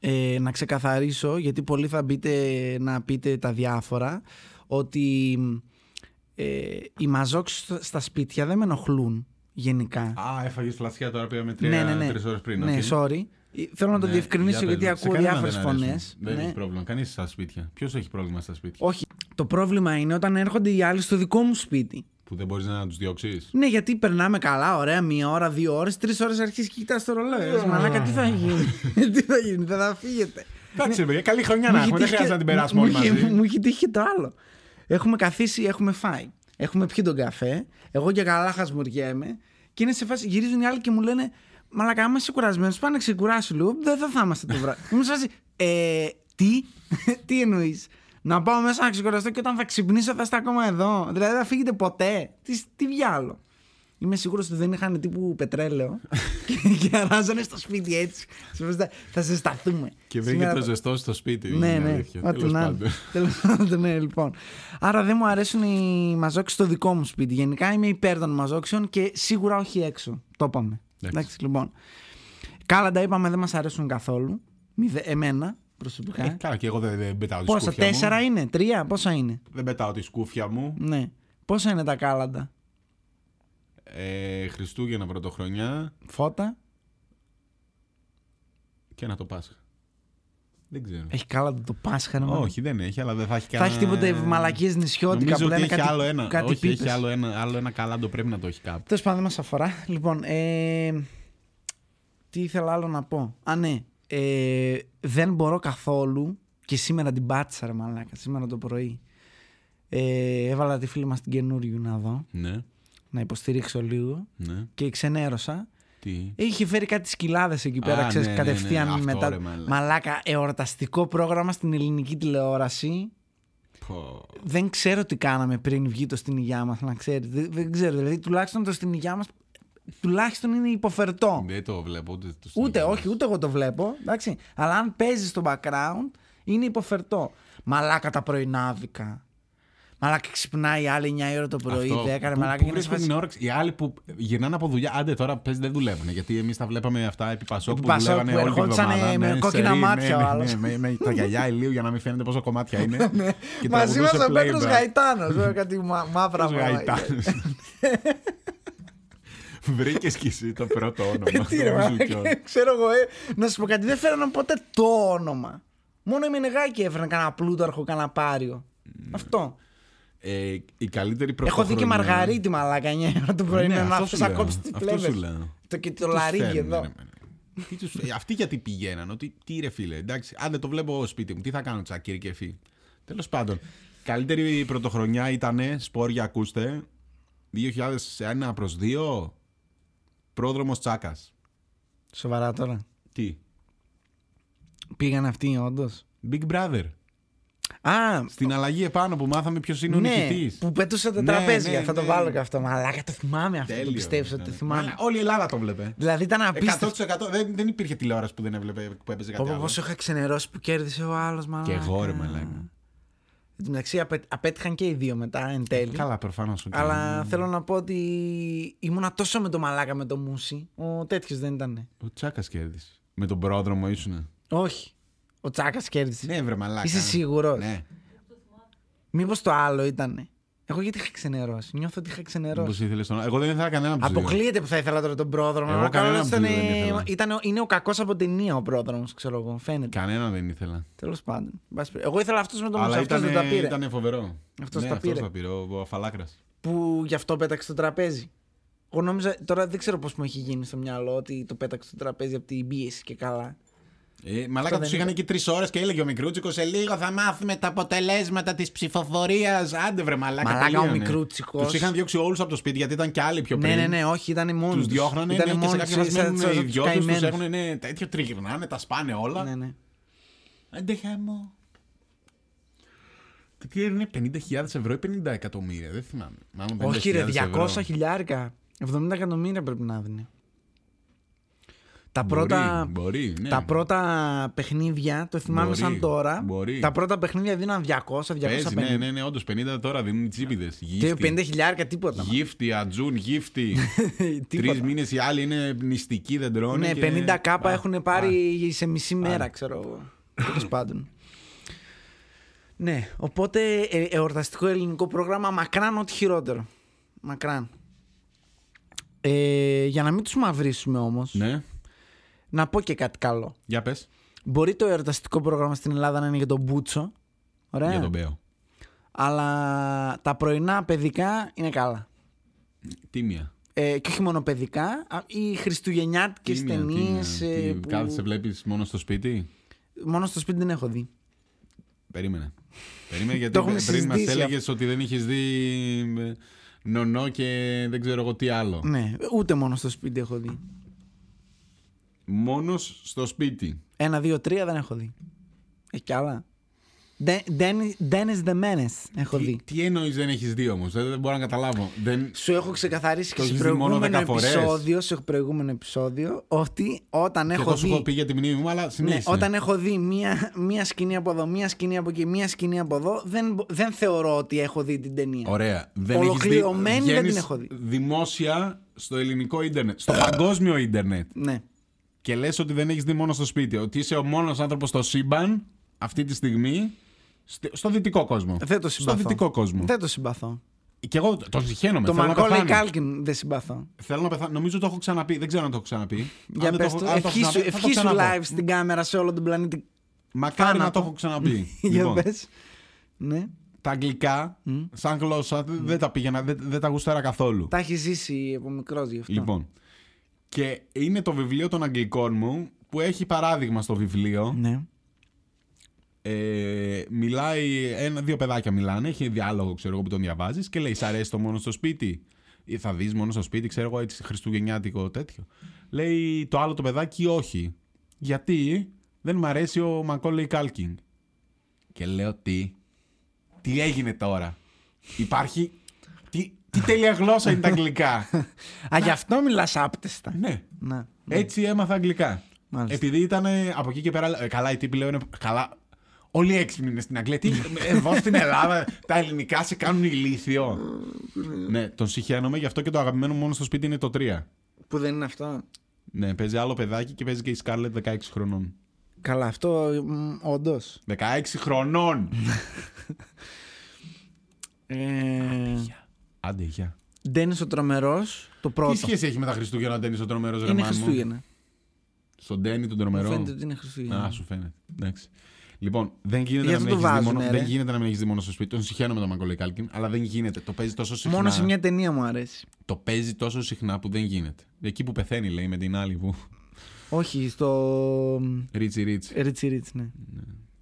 ε, να ξεκαθαρίσω, γιατί πολλοί θα μπείτε να πείτε τα διάφορα, ότι ε, οι μαζόξεις στο- στα σπίτια δεν με ενοχλούν γενικά.
Α, έφαγες φλασιά τώρα πήγαμε
ναι, ναι, ναι.
τρεις ώρες πριν.
Ναι,
οκ.
sorry. Ε, Θέλω να το
Ναι,
διευκρινίσω
για
γιατί
πες μου. Σε
ακούω Ναι.
κανέναν
διάφορες
δεν αρέσουν.
φωνές.
Δεν έχεις πρόβλημα. Κανείς στα σπίτια. Ποιος έχει πρόβλημα στα σπίτια.
Όχι. Το πρόβλημα είναι όταν έρχονται οι άλλοι στο δικό μου σπίτι.
Που δεν μπορείς να τους διώξεις.
Ναι, γιατί περνάμε καλά, ωραία, μία ώρα, δύο ώρες, τρεις ώρες αρχίζει και κοιτάς το ρολόι.
Ναι.
Λες, Μαλάκα, τι θα γίνει. τι θα γίνει, δεν θα φύγετε.
Εντάξει, παιδιά, καλή χρονιά
Ναι. Μου
να
είχε
έχουμε. Δεν
τύχει
χρειάζεται να
και-
την περάσουμε
μου
όλοι
είχε-
μαζί.
Μου έχει τύχει και το άλλο. Έχουμε καθίσει, έχουμε φάει. Έχουμε πιει τον καφέ. Εγώ και καλά χασμουριέμαι. Και είναι σε φάση, γυρίζουν οι άλλοι και μου λένε Μαλάκα, άμα είσαι κουρασμένος, πάνε να ξεκουράσει λίγο. Δεν θα, θα είμαστε το βράδυ. Μου σε φάση, «Ε, τι, τι εννοείς. Να πάω μέσα να ξεκουραστώ και όταν θα ξυπνήσω θα είστε ακόμα εδώ. Δηλαδή θα φύγετε ποτέ. Τι, τι διάλο. Είμαι σίγουρος ότι δεν είχαν τύπου πετρέλαιο και, και αράζανε στο σπίτι έτσι. Σε φάση θα- Θα ζεσταθούμε.
Και
Σήμερα
βρήκε το
θα-
ζεστό στο σπίτι.
ναι,
είναι
ναι.
αλήθεια.
Ό,τι
Τέλος
να είναι.
πάντων.
Τέλος πάντων, ναι, λοιπόν. Άρα δεν μου αρέσουν οι μαζόξει στο δικό μου σπίτι. Γενικά είμαι υπέρ των μαζόξεων και σίγουρα όχι έξω. Το είπαμε.
Εντάξει.
Εντάξει, λοιπόν. Κάλαντα είπαμε δεν μας αρέσουν καθόλου. Μηδε- Εμένα προσωπικά.
Ε, Καλά, και εγώ δεν, δεν πετάω τη
πόσα,
σκούφια
τέσσερα
μου.
είναι, τρία, πόσα είναι.
Δεν πετάω τη σκούφια μου.
Ναι. Πόσα είναι τα κάλαντα.
Ε, Χριστούγεννα, Πρωτοχρονιά
Φώτα.
και να το Πάσχα. Δεν ξέρω.
Έχει κάλαντα το Πάσχα, ρε, μάνα.
Όχι, δεν έχει, αλλά δεν θα έχει
Ε, Θα
κανένα.
έχει τίποτα μαλακίες νησιώτικα
Νομίζω
που
ότι
λένε
έχει
κάτι,
άλλο ένα.
κάτι
Όχι, έχει
πίπες.
άλλο ένα, άλλο ένα καλάντο πρέπει να το έχει κάπου.
Τέλος πάντων, δεν μας αφορά. Λοιπόν, ε, τι ήθελα άλλο να πω. Α, ναι. Ε, δεν μπορώ καθόλου και σήμερα την πάτησα, ρε μαλάκα, σήμερα το πρωί. Ε, έβαλα τη φίλη μας την καινούριου να δω,
Ναι,
να υποστηρίξω λίγο
ναι.
και ξενέρωσα.
Τι.
Είχε φέρει κάτι σκυλάδες εκεί πέρα,
Α,
ξέρεις,
ναι, ναι, ναι.
κατευθείαν
Αυτό,
μετά.
ρε, μαλάκα.
μαλάκα, εορταστικό πρόγραμμα στην ελληνική τηλεόραση.
Πω.
Δεν ξέρω τι κάναμε πριν βγει το στην υγειά μας, να ξέρει. Δεν, δεν ξέρω. Δηλαδή, τουλάχιστον το στην υγειά μας τουλάχιστον είναι υποφερτό.
Δεν το βλέπω ούτε το
Ούτε,
στέλνω.
όχι, ούτε εγώ το βλέπω. Εντάξει. Αλλά αν παίζει στο background, είναι υποφερτό. Μαλάκα τα πρωινάδικα. Μαλάκα ξυπνάει η άλλη 9 η ώρα το πρωί,
Αυτό.
10 ρε
Πού-
μαλάκα
πού
και είναι σε
βρίσκουν
φάση-
την όρεξη. Οι άλλοι που γυρνάνε από δουλειά, άντε τώρα πες δεν δουλεύουν. Γιατί εμείς τα βλέπαμε αυτά επί Πασόκ
Επί
που
Πασόκ
δουλεύανε
που
όλη την
ερχόντουσαν,
εβδομάδα.
ε, με κόκκινα
σερί,
μάτια ο
ναι, ναι,
άλλος. Ναι,
ναι, με- με τα γυαλιά ηλίου για να μην φαίνεται πόσα κομμάτια είναι. Και
Μαζί μα
τραγουδούσε
ο Πέτρος
playback.
Γαϊτάνος. Κάτι μα- μαύρα
Πέτρος
μαύρα.
Γαϊτάνος. Βρήκες κι εσύ το πρώτο όνομα.
Ε, Τι ρε,
Νομίζω
μαλάκα,
κιόλας.
ξέρω εγώ. ε. Να σου πω κάτι, δεν φέρναν ποτέ το όνομα. Μόνο οι Μενεγάκοι έφεραν κανένα πλούταρχο, κανένα πάριο.
Ναι.
Αυτό.
Ε, η καλύτερη
Έχω δει και
πρωτοχρονιά-
Μαργαρίτη μαλάκα 9 ώρα το πρωί
Ναι,
να
αυτό σου
να
λέω,
κόψει τι
αυτό σου
πλέμπε.
λέω.
Το και το
Τους
λαρίκι
φέρνουν, ναι. ρε,
εδώ.
μάνα. Τι τους- ε, Αυτοί γιατί πηγαίναν, ότι τι ρε φίλε, εντάξει, αν δεν το βλέπω εγώ σπίτι μου, τι θα κάνω τσακίρι και φύ. Τέλος πάντων, καλύτερη πρωτοχρονιά ήταν, σπόρια ακούστε, 2001 προς 2, πρόδρομος Τσάκας.
Σοβαρά τώρα.
Τι,
Πήγαν αυτοί όντως.
Big Brother,
Α,
στην αλλαγή επάνω που μάθαμε ποιος είναι ο
ναι,
νικητής.
που πετούσαν τα
Ναι,
τραπέζια.
ναι,
Θα το
ναι.
βάλω και αυτό. Μαλάκα, το θυμάμαι αυτό. Το
Τέλειο,
πιστεύω ότι το
ήταν.
θυμάμαι.
Μα, Όλη η Ελλάδα το βλέπε.
Δηλαδή ήταν
100%
απίστευτο.
δεν, δεν υπήρχε τηλεόραση που δεν έβλεπε που έπαιζε κάτι
Πω, πω,
άλλο.
Πόσο είχα ξενερώσει που κέρδισε ο άλλος μαλάκα.
Και εγώ ρε μαλάκα.
Εν τω μεταξύ απέ- απέτυχαν και οι δύο μετά εν τέλει.
Καλά, προφανώς.
Αλλά θέλω να πω ότι ήμουνα τόσο με το μαλάκα με το μουσι. Ο τέτοιος δεν ήταν.
Ο Τσάκας κέρδισε. Με τον πρόδρομο ήσουν.
Όχι. Ο Τσάκας κέρδισε.
Ναι, βρε μαλάκα.
Είσαι σίγουρος.
Ναι.
Μήπως το άλλο ήταν. Εγώ γιατί είχα ξενερώσει. Νιώθω ότι είχα
Μήπω
ξενερώσει.
ήθελες τον. Εγώ δεν ήθελα κανένα από τους δύο.
Αποκλείεται που θα ήθελα τώρα τον πρόδρομο.
Εγώ
αλλά
κανέναν
καλώς
από τους δύο δεν ήθελα.
ήταν, είναι ο κακός από ταινία ο πρόδρομος, ξέρω εγώ. Φαίνεται.
Κανένα δεν ήθελα.
Τέλος πάντων. Εν πάση περιπτώσει. Εγώ ήθελα αυτό με τον
Αλλά
Μουτσά. Αυτό
ήταν,
δεν τα πήρε.
ήταν φοβερό.
Αυτός
ναι,
τα πήρε.
Αυτός τα πήρε. Ο, ο Αφαλάκρα.
που γι' αυτό πέταξε το τραπέζι. Εγώ νόμιζα, τώρα δεν ξέρω πώς μου έχει γίνει στο μυαλό ότι το πέταξε το τραπέζι από την πίεση και καλά.
Ε, μαλάκα
δεν
του είχαν
είναι.
εκεί τρεις ώρες και έλεγε ο Μικρούτσικος σε λίγο θα μάθουμε τα αποτελέσματα της ψηφοφορίας. Άντε βρε μαλάκα.
Μαλάκα,
τελείωνε.
ο Μικρούτσικος.
Τους είχαν διώξει όλους από το σπίτι γιατί ήταν και άλλοι πιο πριν.
Ναι, ναι, ναι, όχι, ήταν μόνοι.
Τους διώχνανε
Ήτανε
ναι, και σε
μόνοι
κάποια
τους,
φάση
σαν-
μένουν
σαν
οι
τους
δυο τους,
καημένους.
του έχουν ναι, τέτοιο τριγυρνάνε, τα σπάνε όλα.
Ναι, ναι.
Άντε χαμό. Και τι είναι 50.000 ευρώ ή 50 εκατομμύρια, δεν θυμάμαι. Μάλλον 50.000
Όχι, ρε, 200
ευρώ.
χιλιάρικα. 70 εκατομμύρια πρέπει να δίνει. Τα πρώτα,
Μπορεί, μπορεί, ναι.
τα πρώτα παιχνίδια, το θυμάμαι
Μπορεί,
σαν τώρα.
μπορεί.
Τα πρώτα παιχνίδια δίναν 200-250.
Παίζει, ναι, ναι, ναι, όντως 50 τώρα δίνουν τσίπηδε.
Και 50 χιλιάρικα τίποτα.
Γύφτη, ατζούν, γύφτη.
Τίποτα.
Τρεις μήνες οι άλλοι είναι νηστικοί, δεν τρώνε.
Ναι,
και-
50 κάπα
Α,
έχουν πάρει σε μισή μέρα, ξέρω εγώ. Τέλος πάντων. Ναι, οπότε ε, εορταστικό ελληνικό πρόγραμμα μακράν ό,τι χειρότερο. Μακράν. Ε, για να μην τους μαυρίσουμε όμως,
Ναι,
να πω και κάτι καλό.
για πες.
Μπορεί το εορταστικό πρόγραμμα στην Ελλάδα να είναι για τον Μπούτσο, ωραία,
Για τον Μπέο.
αλλά τα πρωινά παιδικά είναι καλά.
Τίμια.
Ε, και όχι μόνο παιδικά, α, οι χριστουγεννιάτικες
Τίμια, τίμια.
ταινίες ε,
Τι,
που...
Κάθεσαι, βλέπεις μόνο στο σπίτι.
Μόνο στο σπίτι δεν έχω δει.
Περίμενε. Περίμενε
Το
γιατί
έχουμε
πριν μας
συζητήσει
έλεγες ότι δεν είχες δει ε, νονό και δεν ξέρω εγώ τι άλλο.
Ναι, ούτε μόνο στο σπίτι έχω δει.
Μόνος στο σπίτι.
Ένα, δύο, τρία δεν έχω δει. Ε, κι άλλα. Dennis the Menace έχω
Τι,
δει.
τι εννοείς δεν έχεις δει όμως, δεν, δεν μπορώ να καταλάβω. Δεν...
Σου έχω ξεκαθαρίσει
Το
και σε
έχεις δει μόνο
προηγούμενο
10 φορές.
επεισόδιο, σε προηγούμενο επεισόδιο ότι όταν
Και
έχω
εγώ σου
δει
έχω πει για τη μνήμη μου, αλλά
Ναι,
συνέχισε.
όταν έχω δει μία, μία σκηνή από εδώ, μία σκηνή από εκεί, μία σκηνή από εδώ, δεν, μπο- δεν θεωρώ ότι έχω δει την ταινία.
Ωραία. Δεν έχεις δει-
Ολοκληρωμένη δεν την
βγαίνεις
έχω δει. Ε.
Δημόσια στο ελληνικό ίντερνετ. Στο παγκόσμιο ίντερνετ.
Ναι.
Και λες ότι δεν έχεις δει μόνο στο σπίτι. Ότι είσαι ο μόνος άνθρωπος στο σύμπαν αυτή τη στιγμή. στη- Στο δυτικό κόσμο.
Δεν το
στο
συμπαθώ.
δυτικό κόσμο.
Δεν το συμπαθώ.
Και εγώ τον συχαίνομαι.
το
θέλω, να
Μακόλεϊ
πεθάνω.
Κάλκιν δεν συμπαθώ.
θέλω να πεθάνω. Νομίζω το έχω ξαναπεί. Δεν ξέρω αν το έχω ξαναπεί.
Για
αν δεν
πες
το
το,
έχω, αν το έχω
ευχή σου,
ξαναπεί, θα το
ευχή σου
ξαναπώ.
live στην κάμερα σε όλο τον πλανήτη.
Μακάρι να
θάνατο.
το έχω ξαναπεί.
Για
λοιπόν,
πες. Ναι.
τα αγγλικά, σαν γλώσσα, δεν- δεν τα πήγαινα, δεν, δεν τα γούσταρα καθόλου.
Τα έχει ζήσει από μικρός γι' αυτό.
Λοιπόν. Και είναι το βιβλίο των Αγγλικών μου που έχει παράδειγμα στο βιβλίο.
Ναι.
Ε, μιλάει, ένα, δύο παιδάκια μιλάνε, έχει διάλογο ξέρω εγώ που τον διαβάζεις και λέει: Σ' αρέσει το μόνο στο σπίτι. Ή θα δεις μόνο στο σπίτι, ξέρω εγώ έτσι χριστουγεννιάτικο τέτοιο. Λέει το άλλο το παιδάκι όχι. Γιατί δεν μ' αρέσει ο Μακόλεϊ Κάλκινγκ. Και λέω τι. Τι έγινε τώρα. Υπάρχει. Τι, τι τέλεια γλώσσα είναι τα αγγλικά.
Α, γι' αυτό μιλάς άπτεστα.
ναι.
Ναι.
Έτσι έμαθα αγγλικά.
Μάλιστα.
Επειδή ήταν από εκεί και πέρα. ε, Καλά, οι τύποι λένε. Καλά. Όλοι οι έξυπνοι είναι στην Αγγλία. Τι, ε, εδώ στην Ελλάδα τα ελληνικά σε κάνουν ηλίθιο. ναι, τον συχαίνομαι, γι' αυτό και το αγαπημένο μου μόνο στο σπίτι είναι το 3.
Που δεν είναι αυτό.
Ναι, παίζει άλλο παιδάκι και παίζει και η Σκάρλετ 16 χρονών.
Καλά, αυτό όντω.
16 χρονών!
Ε,
Άντε, γεια.
Ντένις ο τρομερός, το πρώτο.
Τι σχέση έχει με τα Χριστούγεννα Ντένις ο τρομερός ρε
είναι
μάνα μου?
Χριστούγεννα.
Στον Ντένι τον
Μου
τρομερό.
φαίνεται ότι είναι Χριστούγεννα.
Α, σου φαίνεται. Εντάξει. Λοιπόν, δεν
Γι'
γίνεται, να
αυτό
μην
το
έχεις δει
βάζουνε,
μόνο,
ρε.
δεν γίνεται να μην έχεις δει μόνο στο σπίτι. Τον συχαίνω με τον Μακολέη Κάλκιν, αλλά δεν γίνεται. Το παίζει τόσο συχνά.
Μόνο σε μια ταινία μου αρέσει.
Το παίζει τόσο συχνά που δεν γίνεται. Εκεί που πεθαίνει, λέει, με την άλλη που.
Όχι, στο.
Ρίτσι Ρίτσι.
Ρίτσι Ρίτσι, ναι.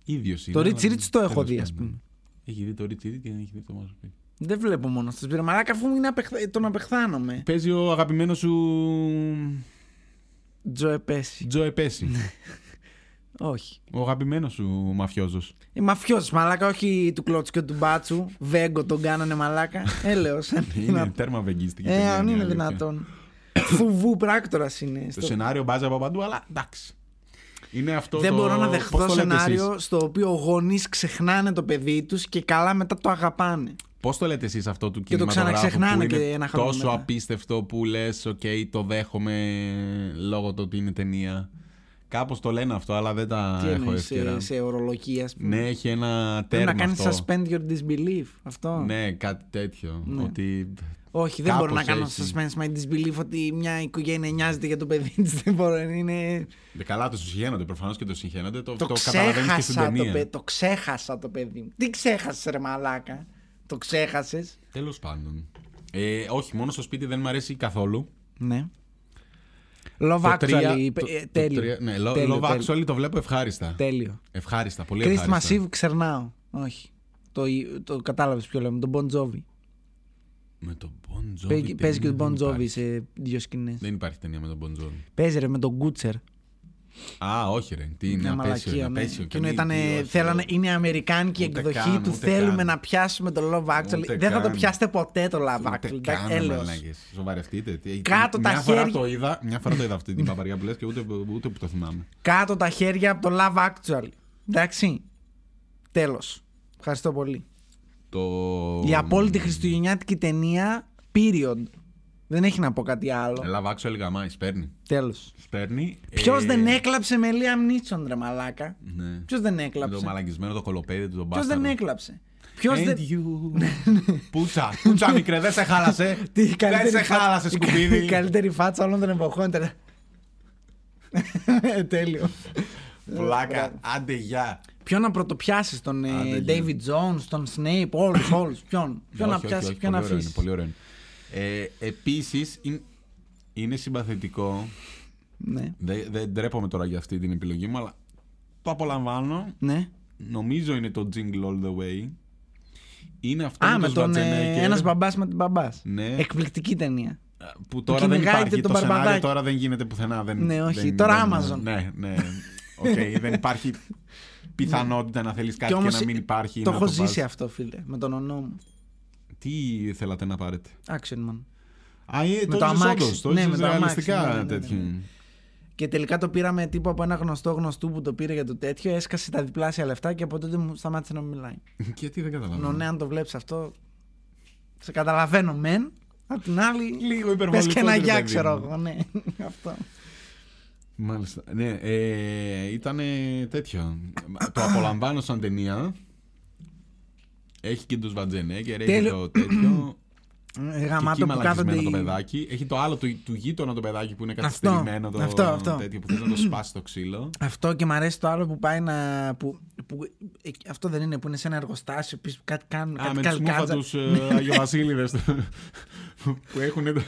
ίδιο είναι.
Το
αλλά-
Ρίτσι Ρίτσι το έχω
τέλος
δει, ας
πάντων.
πούμε.
Έχει δει το Ρίτσι Ρίτσι και δεν έχει δει το μόνο στο σπίτι.
Δεν βλέπω μόνο στο σπίτι. Μαλάκα, αφού είναι απεχθα... τον απεχθάνομαι.
Παίζει ο αγαπημένος σου.
Τζο Επέση.
Τζο Επέση.
Ναι. Όχι.
ο αγαπημένος σου μαφιόζος.
Ε, μαφιό, μαλάκα, όχι του Κλότσου και του Μπάτσου. Βέγκο τον κάνανε μαλάκα. Ε, Έλεος, αν είναι
είναι
δυνατόν.
τέρμα βεγγίστικη.
Ε,
ταινία,
αν είναι
αλήθεια.
δυνατόν. Φουβού πράκτορας είναι.
Το
στο-
σενάριο μπάζει από παντού, αλλά εντάξει. Είναι αυτό
Δεν
το...
μπορώ να
πώς το
δεχθώ
λέτε εσείς?
σενάριο στο οποίο γονείς ξεχνάνε το παιδί τους και καλά μετά το αγαπάνε.
Πώς το λέτε εσείς αυτό του
Και το
κινηματογράφου
ξαναξεχνάνε
που είναι
και ένα ναι. χρόνο
τόσο
μετά.
απίστευτο που λες, οκ, το δέχομαι λόγω του ότι είναι ταινία. Κάπως το λένε αυτό, αλλά δεν τα
Τι
έχω
εννοείς
ευκαιρία.
σε, σε ορολογίας, α πούμε.
Ναι, έχει ένα
Πρέπει
τέρμα
να κάνεις
αυτό.
suspend your disbelief. Αυτό.
Ναι, κάτι τέτοιο.
Ναι.
Ότι
Όχι, δεν μπορώ να κάνω
Κάπως έχει.
suspend my disbelief ότι μια οικογένεια νοιάζεται για το παιδί της. Δεν μπορώ. Είναι...
Δε Ε, καλά το συγχαίνονται προφανώς και το συγχαίνονται. Το,
Το,
καταλαβαίνεις και στην
ξέχασα το,
ταινία.
παι... το ξέχασα το παιδί μου. Τι ξέχασες, ρε Μαλάκα. Το ξέχασες.
Τέλος πάντων. Ε, όχι, μόνο στο σπίτι δεν μου αρέσει καθόλου.
Ναι. Love
Το τρία-
actually.
το-
ε,
το
Τέλειο.
τρία- Ναι, Lo-
Τέλειο,
Love
τέλειο.
Actually το βλέπω ευχάριστα.
Τέλειο.
Ευχάριστα, πολύ
Christmas
ευχάριστα.
Eve ξερνάω. Όχι. Το, το κατάλαβες ποιο λέμε. Τον Bon Jovi.
Με τον Bon Jovi. ναι,
Παίζει- Παίζει και
ταινία
τον Bon
δεν
Jovi
υπάρχει.
σε δύο σκηνές.
Δεν υπάρχει ταινία με τον Bon Jovi.
Παίζει ρε με τον Κούτσερ.
Α, όχι ρε. Τι είναι,
Μια
απέσιο, είναι
μαλακία. ναι.
απέσιο.
Εκείνο
μη-
ήταν,
τι, όχι,
θέλανε,
ρε.
είναι αμερικάνικη
Ούτε
εκδοχή
καν,
του.
ούτε
Θέλουμε
καν.
να πιάσουμε το Love Actually.
Ούτε
Δεν θα το
καν.
πιάσετε ποτέ το Love
Ούτε
Actually.
καν,
εντάξει, έλεος.
μαλάκες. Σοβαρευτείτε. τι-
Κάτω
μια
τα
Φορά
χέρια.
το είδα, μια φορά το είδα αυτή την παπαριά που λες και ούτε, ούτε που το θυμάμαι.
Κάτω τα χέρια από το Love Actually. Εντάξει. Τέλος. Ευχαριστώ πολύ.
Το...
Η απόλυτη χριστουγεννιάτικη ταινία. Period. Δεν έχει να πω κάτι άλλο.
Λαβάξω άξιο γαμάει, σπέρνει.
Τέλο.
Σπέρνει.
Ποιος
ε,
δεν έκλαψε με Liam Neeson, ρε μαλάκα.
Ναι.
Ποιος δεν
Με Το
έκλαψε.
μαλαγισμένο το κολοπέδι του τον
Ποιος
μπάσταρο.
δεν έκλαψε. Ποιος
And
δεν. Ναι,
you. Πούτσα, πούτσα μικρέ, δεν σε χάλασε.
Τι, η
δεν
καλύτερη
σε
φα-
χάλασε,
η κα- Η
σκουπίδι.
καλύτερη φάτσα όλων των εποχών ήταν. Ε, Τέλειο.
Πλάκα, άντε γεια.
Ποιο να πρωτοπιάσεις, τον ε,
Άντε, γεια.
David Jones, τον Snape, όλους, όλους. Ποιον. Ποιο να
Όχι, όχι,
πιάσεις,
όχι,
ποιο να
πολύ ωραίο
αφήσεις.
είναι, Πολύ ωραίο είναι. Ε, Επίσης, είναι συμπαθητικό.
Ναι.
Δεν, δεν ντρέπομαι τώρα για αυτή την επιλογή μου, αλλά το απολαμβάνω.
Ναι.
Νομίζω είναι το Jingle All the Way. Είναι αυτό
Α,
με ε,
με τον ε,
Schwarzenegger,
ένας μπαμπάς με την μπαμπάς.
Ναι.
Εκπληκτική ταινία.
Που τώρα δεν
κυνηγάει
υπάρχει.
τον
Το σενάριο
μπαρμπαδάκι.
τώρα δεν γίνεται πουθενά. Δεν,
Ναι, όχι,
δεν-
τώρα
δεν-
Amazon.
Ναι, ναι. Οκ, δεν υπάρχει πιθανότητα να θέλεις κάτι
Κι
και,
όμως
να μην υπάρχει.
Το
να
έχω
το βάζεις.
ζήσει αυτό, φίλε, με τον ονό μου.
Τι θέλατε να πάρετε.
Action Man.
Α, ε,
Με
το
το
έζησες
αμάξι.
όντως, Το
Ναι, με
έζησες
το αμάξι,
ρεαλιστικά
ναι, ναι, ναι, ναι.
τέτοιο.
Και τελικά το πήραμε τύπου από ένα γνωστό γνωστού που το πήρε για το τέτοιο, έσκασε τα διπλάσια λεφτά και από τότε μου σταμάτησε να μου μιλάει.
Γιατί δεν
Νο,
καταλαβαίνω.
ναι, αν το βλέπεις αυτό. Σε καταλαβαίνω, μεν. Απ' την άλλη.
Λίγο
Πες
υπερβολικό.
και ένα
ρε
γεια,
παιδί
ξέρω
μου.
εγώ. Ναι, αυτό.
Μάλιστα. Ναι, ε, ήταν τέτοιο. το απολαμβάνω σαν ταινία. Έχει και τους Βατζενέκερ, έχει
Τέλειο.
το τέτοιο.
Ε,
και εκεί
Γαμάτο που κάθονται.
μαλακισμένο
οι-
το παιδάκι. Έχει το άλλο του, του γείτονα το παιδάκι που είναι
Αυτό,
καθυστερημένο το
αυτό, αυτό.
τέτοιο που θέλει να το σπάσει το ξύλο.
Αυτό και μ' αρέσει το άλλο που πάει να. Που, που, ε, αυτό δεν είναι, που είναι σε ένα εργοστάσιο. Πίσω, κάτι κάνουν.
Α,
κάτι
με τους
καλκάτζα.
μούφατους ε, Αγιοβασίλειδες που έχουν τα, τα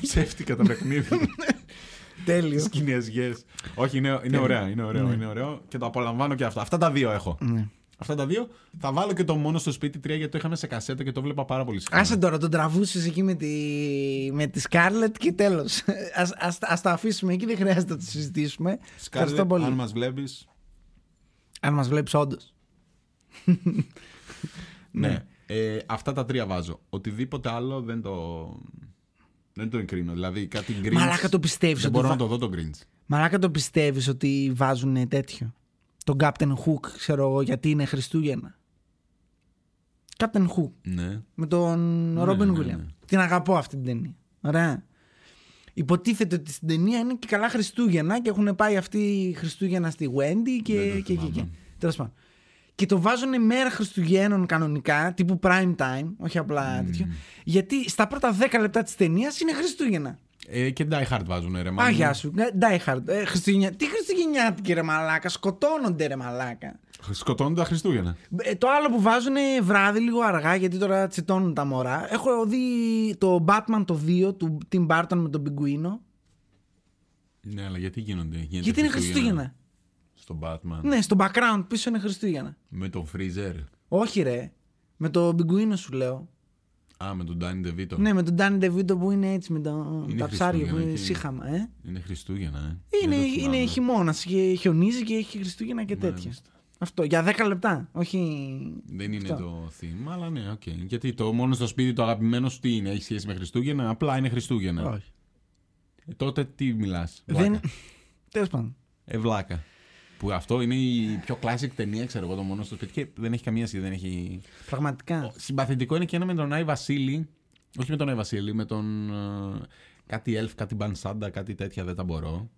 ψεύτικα τα παιχνίδια.
Τέλειο.
τις κινέζικες. Όχι, είναι, είναι ωραίο, είναι ωραίο,
Ναι.
είναι ωραίο και το απολαμβάνω και αυτό. Αυτά τα δύο έχω. Αυτά τα δύο. Θα βάλω και το μόνο στο σπίτι 3 γιατί το είχαμε σε κασέτα και το βλέπα πάρα πολύ συχνά.
Άσε τώρα, τον τραβούσες εκεί με τη, με τη Scarlett και τέλος. ας, ας, ας τα αφήσουμε εκεί, δεν χρειάζεται να το συζητήσουμε. Ευχαριστώ
Scarlett,
πολύ.
αν μας βλέπεις.
Αν μας βλέπεις, όντως.
Ναι. Ε, αυτά τα τρία βάζω. Οτιδήποτε άλλο δεν το... Δεν το εγκρίνω. Δηλαδή κάτι Grinch.
Μαλάκα το πιστεύεις
Δεν
ότι
μπορώ
βα-
να το δω το Grinch.
Μαλάκα το πιστεύεις ότι βάζουν τέτοιο. Τον Captain Hook, ξέρω εγώ, γιατί είναι Χριστούγεννα. Captain Hook.
Ναι.
Με τον Ρόμπιν
ναι,
Γουίλιαμ.
ναι.
Την αγαπώ αυτή την ταινία. Ωραία. Υποτίθεται ότι στην ταινία είναι και καλά Χριστούγεννα και έχουν πάει αυτοί οι Χριστούγεννα στη Wendy και
Δεν το
εκεί. Και, και,
Ναι, θυμάμαι.
και. Τέλος πάντων. Και το βάζουν μέρα Χριστουγέννων κανονικά, τύπου prime time, όχι
Mm.
απλά τέτοιο. Γιατί στα πρώτα 10 λεπτά της ταινίας είναι Χριστούγεννα.
Ε, και Die Hard βάζουν ρε μάλλον.
Άγια σου. Ναι, Die Hard. Ε, Χριστουγεννιά... Τι Χριστουγεννιάτικη ρε μαλάκα. Σκοτώνονται ρε μαλάκα.
Σκοτώνουν τα Χριστούγεννα.
Ε, το άλλο που βάζουν βράδυ λίγο αργά γιατί τώρα τσιτώνουν τα μωρά. Έχω δει το Batman το 2 του Tim Burton με τον Πιγκουίνο.
Ναι, αλλά γιατί γίνονται. γίνεται
Γιατί είναι Χριστούγεννα.
Στον Batman.
Ναι, στο background πίσω είναι Χριστούγεννα.
Με τον Freezer.
Όχι ρε. Με τον Πιγκουίνο σου λέω.
Α, με τον Danny DeVito.
Ναι, με τον Danny DeVito που είναι έτσι με το...
Είναι
τα ψάρια που
Χριστούγεννα
είναι
και-
σύχαμα. Ε.
Είναι Χριστούγεννα, ε.
Είναι,
Δεν το θυμάμαι.
είναι χειμώνας και χιονίζει και έχει Χριστούγεννα και τέτοια.
Μάλιστα.
Αυτό για 10 λεπτά. Όχι.
Δεν είναι
Αυτό.
το θύμα, αλλά ναι, οκ. Γιατί το μόνο στο σπίτι το αγαπημένο σου τι είναι, έχει σχέση με Χριστούγεννα, απλά είναι Χριστούγεννα.
Όχι.
Ε, τότε τι μιλάς.
Δεν. Τέλος πάντων.
Ευλάκα. Που αυτό είναι η πιο classic ταινία, ξέρω εγώ, το μόνο στο σπίτι και δεν έχει καμία σχέση. Δεν έχει...
Πραγματικά.
Συμπαθητικό είναι και ένα με τον Άι Βασίλη. Όχι με τον Άι Βασίλη, με τον. ε, κάτι elf, κάτι μπανσάντα, κάτι τέτοια δεν τα μπορώ.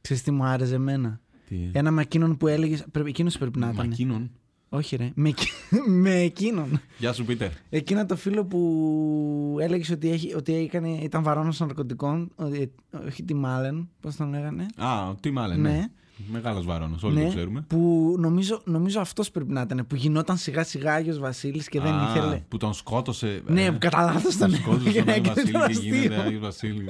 Ξέρεις τι μου άρεσε εμένα.
Τι. ε?
Ένα με εκείνον που έλεγες. Εκείνος πρέπει να
Μα
ήταν.
εκείνον.
Όχι, ρε. Με, εκ- με εκείνον.
Γεια σου, Πίτερ.
Εκείνο το φίλο που έλεγες ότι, έχει, ότι έκανε, ήταν βαρόνο ναρκωτικών. ότι- όχι τη Μάλεν, πώς τον λέγανε.
Α, ο Τι Μάλεν.
Ναι.
Ναι. Μεγάλος βαρόνο, όλοι το ξέρουμε.
Που νομίζω, νομίζω αυτός πρέπει να ήταν. Που γινόταν σιγά σιγά Άγιος Βασίλης και δεν
Α,
ήθελε.
Που τον σκότωσε. ε,
Ναι, που κατά λάθο
τον
τον
σκότωσε
έβαλε
τον Άγιο
και
Βασίλη και
ήταν
γίνεται
αστείο.
Άγιο Βασίλη.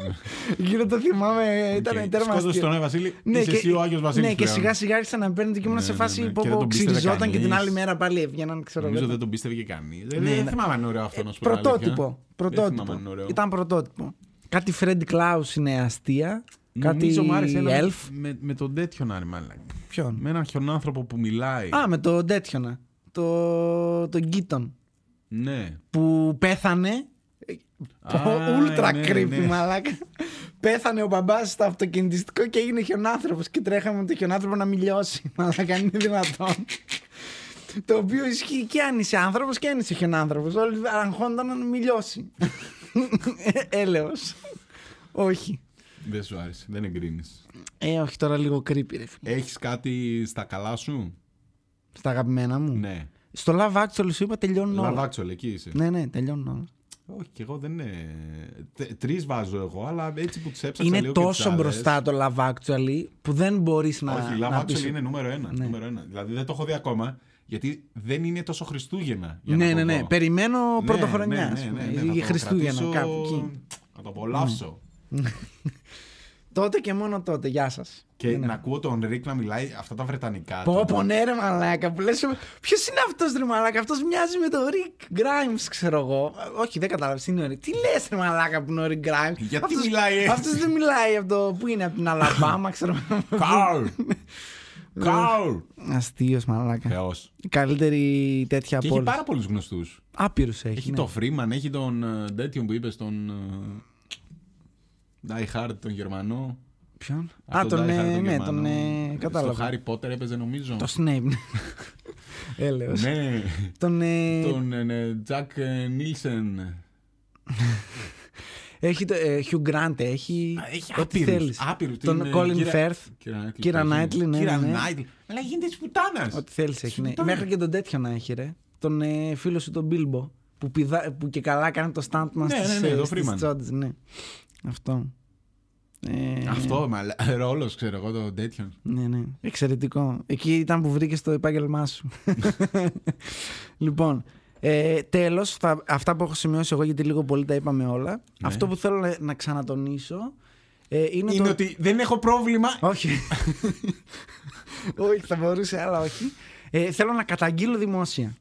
Εκείνο το θυμάμαι,
Και
ήταν τέρμα
Σκότωσε
αστείο.
τον Άγιο Βασίλη. Είσαι εσύ ο Άγιος Βασίλης.
Ναι, και σιγά σιγά άρχισα να παίρνετε και ήμουν
Ναι,
σε
ναι,
φάση
ναι.
που
Και δεν τον πίστευε
ξυριζόταν και την
κανείς.
άλλη μέρα πάλι έβγαιναν. Ξέρω,
Νομίζω
εγώ.
δεν τον πίστευε και κανεί.
Ναι,
Δεν
ναι.
θυμάμαι αν είναι ωραίο αυτό να σου πω την αλήθεια.
Ε, Πρωτότυπο.
Δεν θυμάμαι αν είναι
πρωτότυπο.
ωραίο.
Ήταν πρωτότυπο. Κάτι Fred Klaus είναι αστεία. Κάτι
Νομίζω μου άρεσε ένα με-
Elf.
με, με τον τέτοιο να ρημάλα.
Ποιον.
Με έναν χιονάνθρωπο που μιλάει.
Α, με το τέτοιονα. Το, το Γκίτον.
Ναι.
Που πέθανε.
Α,
Ούλτρα
ναι,
creepy,
ναι.
μαλάκα. Πέθανε ο μπαμπάς στο αυτοκινητιστικό και έγινε χιονάνθρωπος. Και τρέχαμε με το χιονάνθρωπο να μιλιώσει. Μαλάκα, αν είναι δυνατόν. Το οποίο ισχύει και αν είσαι άνθρωπος και αν είσαι χιονάνθρωπος. Όλοι αγχώνταν να μιλιώσει. Έλεος. Όχι.
Δεν σου άρεσε, δεν εγκρίνεις.
Ε, όχι, τώρα λίγο creepy, ρε φίλε.
Έχεις κάτι στα καλά σου.
Στα αγαπημένα μου.
Ναι.
Στο Love Actually σου είπα τελειώνουν όλα.
Λαβάξολ, εκεί είσαι.
Ναι, ναι, τελειώνουν όλα.
Όχι, και εγώ δεν είναι. Τρεις βάζω εγώ, αλλά έτσι που ψέψα.
είναι τόσο μπροστά το Love Actually που δεν μπορείς να.
Όχι,
να
Love
πεις-
Actually είναι νούμερο ένα,
Ναι.
νούμερο ένα. Δηλαδή δεν το έχω δει ακόμα, γιατί δεν είναι τόσο Χριστούγεννα. Για
Ναι,
να
ναι,
το
ναι.
δω.
Περιμένω
Ναι,
πρωτοχρονιά.
ναι,
ας
ναι,
πούμε,
ναι, ναι,
ή
θα το
Χριστούγεννα,
κρατήσω-
κάπου εκεί. Ναι.
Να το απολαύσω.
Τότε και μόνο τότε. Γεια σας.
Και να ακούω τον Ρικ να μιλάει αυτά τα βρετανικά.
Ναι, Πω,
του.
πω, ναι, ρε μαλάκα. Ποιος είναι αυτός, ρε μαλάκα. Αυτός μοιάζει με τον Rick Grimes, ξέρω εγώ. Όχι, δεν κατάλαβες. Είναι ο Rick. Τι λες, ρε μαλάκα που είναι ο Rick Grimes.
Γιατί μιλάει έτσι?
Αυτός δεν μιλάει από το. Πού είναι, από την Αλαμπάμα, ξέρω εγώ.
Καρλ! Καουρ!
Αστείος μαλάκα.
Θεός.
Η καλύτερη τέτοια
Και
από
έχει
όλε.
πάρα πολλούς γνωστούς.
Άπειρους έχει.
Έχει
ναι.
τον Φρήμαν, έχει τον ε, τέτοιον που είπες, τον. ε, Die Hard, τον Γερμανό.
Ποιον? Α,
Αυτό
τον.
Die Hard,
ε, Ναι, τον. ε,
Γερμανό. Στο
Κατάλαβα.
Harry Potter έπαιζε νομίζω.
Το Snape. ναι. Έλεος.
Ναι,
Τον. ε,
τον ε, ναι, Jack ε, Nielsen.
Έχει το. ε, Hugh Grant έχει.
Α, Έχει
ό,τι
άπειρους.
θέλεις. Τον
ε,
Colin Firth. Κύρα Knightley, ναι,
Κύρα
ναι, ναι.
Knightley. Αλλά γίνεται της πουτάνας.
Ό,τι θέλεις έχει. Ναι.
Σουτάρι.
Μέχρι και τον τέτοιο να έχει, ρε. Τον ε, φίλο σου τον Μπίλμπο. Που, πηδά, που και καλά κάνει το stunt μα
Ναι, ναι, ναι, το Freeman.
ναι. Αυτό. Ε,
Αυτό, μα ρόλος ξέρω εγώ το τέτοιον.
Ναι, ναι. Εξαιρετικό. Εκεί ήταν που βρήκες το επάγγελμά σου. λοιπόν. Ε, Τέλος, αυτά που έχω σημειώσει εγώ, γιατί λίγο πολύ τα είπαμε όλα. Αυτό που θέλω να, να ξανατονίσω ε, είναι,
Είναι
το.
ότι δεν έχω πρόβλημα.
Όχι. όχι, θα μπορούσε, αλλά όχι. Ε, θέλω να καταγγείλω δημόσια.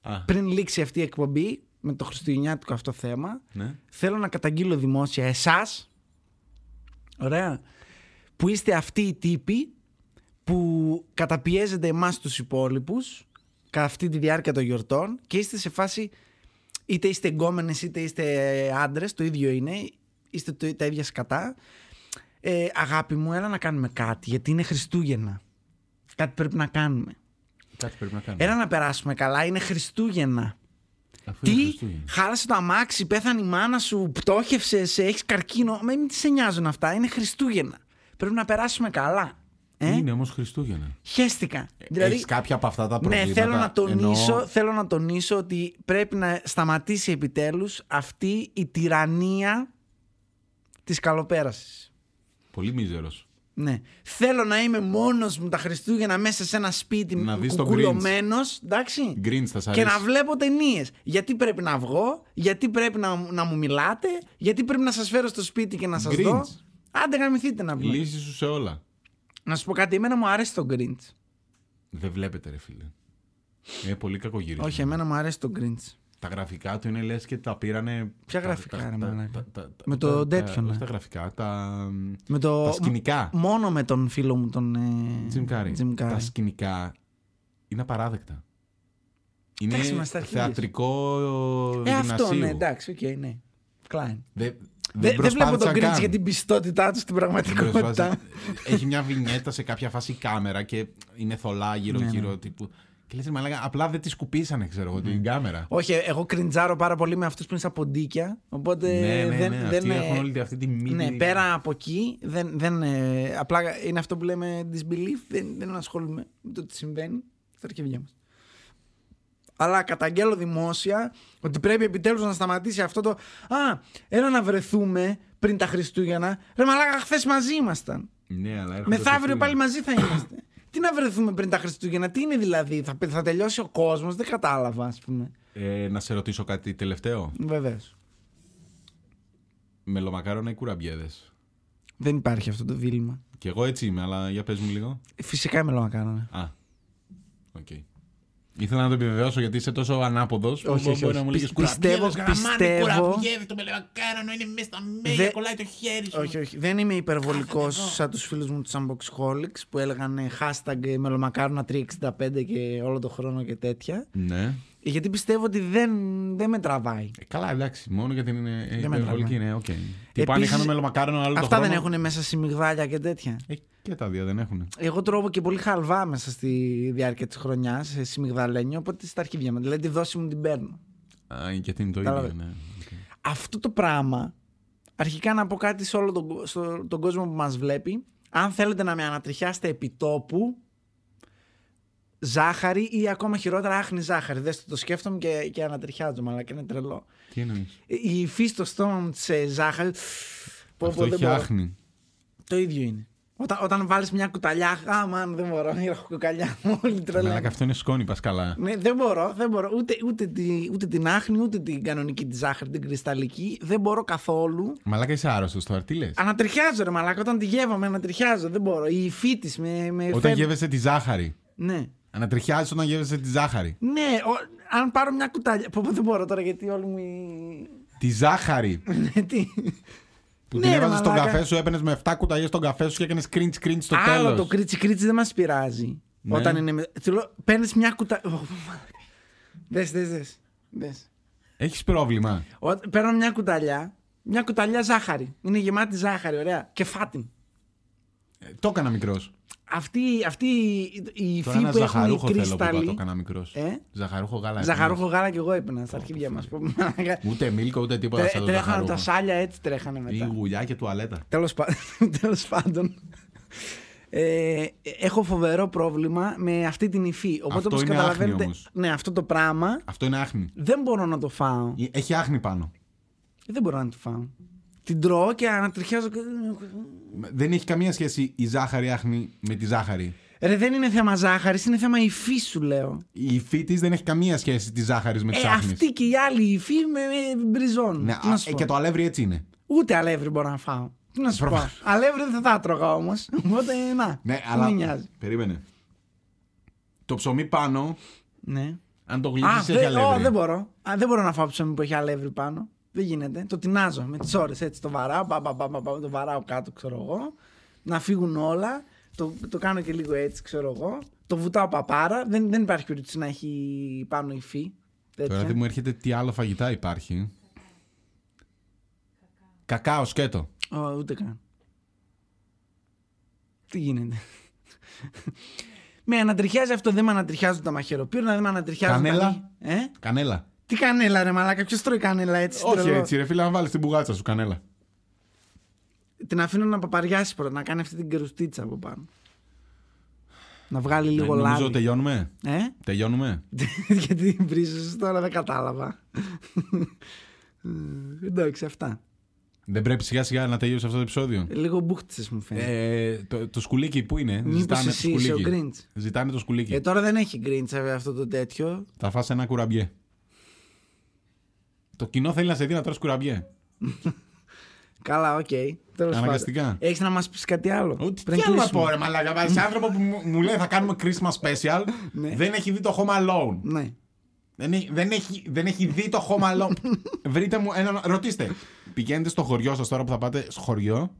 Α,
Πριν λήξει αυτή η εκπομπή, με το χριστουγεννιάτικο αυτό θέμα,
ναι.
θέλω να καταγγείλω δημόσια εσάς. Ωραία. Που είστε αυτοί οι τύποι που καταπιέζετε εμάς τους υπόλοιπους κατά αυτή τη διάρκεια των γιορτών και είστε σε φάση είτε είστε εγκόμενες είτε είστε άντρες, το ίδιο είναι, είστε το, τα ίδια σκατά. Ε, αγάπη μου, έλα να κάνουμε κάτι, γιατί είναι Χριστούγεννα. Κάτι πρέπει να κάνουμε.
Κάτι πρέπει να κάνουμε.
Έλα να περάσουμε καλά, είναι Χριστούγεννα.
Αφού είναι
Τι,
Χριστούγεννα.
χάλασε το αμάξι, πέθανε η μάνα σου, πτώχευσε, έχεις καρκίνο. Με μην σε νοιάζουν αυτά. Είναι Χριστούγεννα. Πρέπει να περάσουμε καλά. Ε?
Είναι όμως Χριστούγεννα.
Χαίστηκα.
Δηλαδή, Έχει κάποια από αυτά τα
ναι,
προβλήματα.
θέλω να, τονίσω,
εννοώ-
θέλω να τονίσω ότι πρέπει να σταματήσει επιτέλους αυτή η τυραννία της καλοπέρασης.
Πολύ μίζερος.
Ναι. Θέλω να είμαι μόνος μου τα Χριστούγεννα μέσα σε ένα σπίτι
Να δεις τον Grinch.
κουκουλωμένος, εντάξει.
Γκριντ θα σ' αρέσει.
Και να βλέπω ταινίες. Γιατί πρέπει να βγω, γιατί πρέπει να, να μου μιλάτε, γιατί πρέπει να σας φέρω στο σπίτι και να σας
Grinch.
δω. Άντε, γαμηθείτε να πούμε.
Λύσει σου σε όλα.
Να σου πω κάτι, εμένα μου αρέσει το Grinch.
Δεν βλέπετε, ρε φίλε. Είναι πολύ κακογύρισμα.
Όχι, εμένα μου αρέσει το Grinch.
Τα γραφικά του είναι λες και τα πήρανε.
Ποια
τα-
γραφικά,
τα-
ρε
τα-
μαλάκα?
τα- τα- τα-
Με
τα-
το τέτοιον,
όχι
ε.
τα γραφικά, τα.
Με το...
Τα σκηνικά.
μ- Μόνο με τον φίλο μου τον. ε,
Jim Carrey.
Jim Carrey.
Τα σκηνικά είναι απαράδεκτα. Είναι
Εντάξει, είμαστε αρχίδες.
θεατρικό
Ε, αυτό
γυμνασίου.
ναι, εντάξει, οκ, ναι. Κλάιν.
Δεν,
Δε-
δεν
Δεν βλέπω τον
προσπάθησαν
Grinch
καν.
για την πιστότητά του στην
Δεν
πραγματικότητα.
προσπάθησαν. Έχει μια βινιέτα σε κάποια φάση η κάμερα και είναι θολά
Ναι,
γύρω-γύρω. τύπου. Και λε, μαλάκα, απλά δεν τη σκουπίσανε, ξέρω εγώ, την κάμερα.
Όχι, εγώ κριντζάρω πάρα πολύ με αυτούς που είναι σαν ποντίκια. Οπότε
ναι, ναι,
δεν,
ναι.
δεν
αυτοί
ε,
έχουν όλη αυτή τη μύτη.
Ναι, πέρα από εκεί, δεν, δεν, ε, απλά είναι αυτό που λέμε disbelief, δεν, δεν ασχολούμαι με το τι συμβαίνει στα αρχαιβιά μας. Αλλά καταγγέλλω δημόσια ότι πρέπει επιτέλους να σταματήσει αυτό το «Α, έλα να βρεθούμε πριν τα Χριστούγεννα». Ρε μαλάκα, χθες μαζί ήμασταν.
Ναι, αλλά έρχονται
Μεθαύριο
Χριστούγεννα.
πάλι μαζί θα είμαστε. τι να βρεθούμε πριν τα Χριστούγεννα, τι είναι δηλαδή, θα, θα τελειώσει ο κόσμος, δεν κατάλαβα ας πούμε.
Ε, να σε ρωτήσω κάτι τελευταίο.
Βεβαίως.
Μελομακάρονα ή κουραμπιέδες.
Δεν υπάρχει αυτό το δίλημα.
Κι εγώ έτσι είμαι, αλλά για πες μου λίγο.
Φυσικά είμαι λόγω να κάνω.
Α, οκ. Ήθελα να το επιβεβαιώσω γιατί είσαι τόσο ανάποδος που
Όχι,
μπορεί
όχι, όχι.
να μου λέγεις
Πι- πιστεύω-
κουραμπιέδες, γαμάνε
πιστεύω-
κουραμπιέδες, το μελομακάρονο είναι μέσα στα μέλια,
Δεν-
κολλάει το χέρι σου.
Όχι, όχι. Δεν είμαι υπερβολικός σαν τους φίλους μου τους Unboxholics που έλεγαν ε, hashtag μελομακάρονα 365 και όλο το χρόνο και τέτοια.
Ναι.
Γιατί πιστεύω ότι δεν, δεν με τραβάει.
Ε, Καλά, εντάξει, μόνο γιατί είναι ε,
με
υπερβολική,
τραβάει.
ναι, οκ. Τύπου αν
Επίσης,
είχαμε μελομακάρονο άλλο το
Αυτά δεν
χρόνο,
έχουν μέσα σιμιγδάλια και τέτοια.
ε, και τα δύο δεν έχουν.
Εγώ τρώω και πολύ χαλβά μέσα στη διάρκεια της χρονιάς σε σιμιγδαλένιο, οπότε στα αρχίδια μου. Δηλαδή τη δόση μου την παίρνω.
Α, γιατί είναι το
Κατάλαβα.
ίδιο, ναι. οκ.
Αυτό το πράγμα, αρχικά να πω κάτι σε όλο τον, κο- στο- τον κόσμο που μας βλέπει, αν θέλετε να με ανατριχιάσετε επί τόπου, ζάχαρη ή ακόμα χειρότερα άχνη ζάχαρη. Δες το, το σκέφτομαι και, και ανατριχιάζομαι, αλλά και είναι τρελό.
Τι εννοείς.
Ε, Η υφή στο στόμα μου της ε, ζάχαρης, πω, πω,
Αυτό
δεν
έχει
μπορώ.
άχνη.
Το ίδιο είναι. Όταν, όταν βάλεις μια κουταλιά, α, μαν, δεν μπορώ, έχω κουκαλιά μου, όλη τρελά.
Μαλάκα, αυτό είναι σκόνη, πας καλά.
Ναι, δεν μπορώ, δεν μπορώ. Ούτε, ούτε, τη- ούτε την άχνη, ούτε την κανονική τη ζάχαρη, την κρυσταλλική. Δεν μπορώ καθόλου.
Μαλάκα είσαι άρρωστος τώρα, τι λες.
Ανατριχιάζω, ρε μαλάκα. Όταν τη γεύομαι, ανατριχιάζω. Δεν μπορώ. Η υφή της με, με
Όταν
φέρνει-
γεύεσαι τη ζάχαρη.
Ναι.
Ανατριχιάζεις όταν γεύεσαι τη ζάχαρη.
Ναι, ο- αν πάρω μια κουτάλια. Πω, πω, δεν μπορώ τώρα γιατί όλοι μου. οι-
Τη ζάχαρη.
Ναι, τι.
Που
Ναι,
την
ρε
έβαζες στον
μαλάκα.
καφέ σου, έπαιρνες με 7 κουταλιές στον καφέ σου και έκανες cringe cringe στο
Άλλο
τέλος.
το κρίτσι κρίτσι δεν μας πειράζει.
Ναι.
Όταν είναι. με- Θέλω, παίρνεις μια κουτα. Δες, δες, δες. Δες.
Έχεις πρόβλημα.
Ό- Παίρνω μια κουταλιά. Μια κουταλιά ζάχαρη. Είναι γεμάτη ζάχαρη, ωραία. Και φάτιν.
Ε, το έκανα μικρός.
Αυτή, αυτή η- η
Τώρα ένα
υφή που έχουν οι
ζαχαρούχο θέλω που είπα, το
κρυσταλλοί.
έκανα μικρός.
Ε?
Ζαχαρούχο γάλα.
Ζαχαρούχο γάλα και εγώ έπαινα στα αρχίδια μα.
Ούτε μίλκο ούτε τίποτα σαν το
Τρέχανε τα
ζαχαρούχο.
σάλια έτσι τρέχανε
Ή
μετά.
γουλιά και τουαλέτα.
Τέλος, πα... τέλος πάντων. Ε, έχω φοβερό πρόβλημα με αυτή την υφή. Οπότε
Αυτό
όπως
είναι
καταλαβαίνετε,
άχνη όμως.
ναι, αυτό το πράγμα
Αυτό είναι άχνη.
δεν μπορώ να το φάω.
Ε, Έχει άχνη πάνω.
Δεν μπορώ να το φάω. Την τρώω και ανατριχιάζω. και-
Δεν έχει καμία σχέση η ζάχαρη άχνη με τη ζάχαρη.
Ρε, δεν είναι θέμα ζάχαρης, είναι θέμα υφή σου λέω.
Η υφή της δεν έχει καμία σχέση της ζάχαρης με τη
Ε,
άχνη.
αυτή και η άλλη υφή με, με μπριζώνουν.
Ναι,
Τι να
α,
σου
ε,
πω.
και το αλεύρι έτσι είναι.
Ούτε αλεύρι μπορώ να φάω. Τι να σου πω.
Προφανώς.
αλεύρι δεν θα τρώγα όμως. Οπότε
Ναι,
να. δεν με
αλλά.
νοιάζει.
Περίμενε. Το ψωμί πάνω,
Ναι.
αν το
Α,
γλύψει, έχει
δεν, ω,
αλεύρι.
δεν μπορώ. Α, δεν μπορώ να φάω ψωμί που έχει αλεύρι πάνω. Δεν γίνεται. Το τεινάζω με τις ώρες έτσι. Το βαράω, μπα, μπα, μπα, μπα, μπα, το βαράω κάτω, ξέρω εγώ. Να φύγουν όλα. Το, το κάνω και λίγο έτσι, ξέρω εγώ. Το βουτάω παπάρα. Δεν, δεν υπάρχει περίπτωση να έχει πάνω υφή.
Τώρα
Τέτοια.
δεν μου έρχεται τι άλλο φαγητά υπάρχει. Κακάο σκέτο.
Ω, ούτε καν. Τι γίνεται. με ανατριχιάζει αυτό, δεν με ανατριχιάζουν τα μαχαιροπύρνα, δεν με ανατριχιάζουν
Κανέλα.
τα... Ε?
Κανέλα.
Τι κανέλα ρε μαλάκα, ποιος τρώει κανέλα έτσι.
Όχι
τρελό.
έτσι, ρε φίλε, να βάλεις την μπουγάτσα σου κανέλα.
Την αφήνω να παπαριάσει πρώτα, να κάνει αυτή την κρουστίτσα από πάνω. Να βγάλει λίγο
Ναι, Νομίζω
λάδι.
τελειώνουμε.
Ε?
Τελειώνουμε.
Γιατί βρίζεις τώρα δεν κατάλαβα. Ε, Εντάξει, αυτά.
Δεν πρέπει σιγά σιγά να τελειώσει αυτό το επεισόδιο.
Λίγο μπούχτισες μου φαίνεται.
Ε, το, το σκουλίκι που είναι.
Μήπως
Ζητάνε το
εσύ είσαι ο
σκουλίκι.
Grinch.
Ζητάνε το σκουλίκι.
Ε, τώρα δεν έχει γκριντσα αυτό το τέτοιο.
Θα φας ένα κουραμπιέ. Το κοινό θέλει να σε δει να τρως κουραμπιέ.
Καλά, οκ. Τέλος
Αναγκαστικά.
Έχεις να μας πεις κάτι άλλο.
Ό,τι
πριν
τι άλλο να
κλείσουμε.
πω ρε μαλάκα, βάζεις άνθρωπο που μου, μου λέει θα κάνουμε Christmas special,
Ναι.
δεν έχει δει το Home Alone.
Ναι.
Δεν έχει, δεν, έχει, δεν έχει δει το Home Alone. Βρείτε μου έναν. Ρωτήστε. Πηγαίνετε στο χωριό σας τώρα που θα πάτε στο χωριό.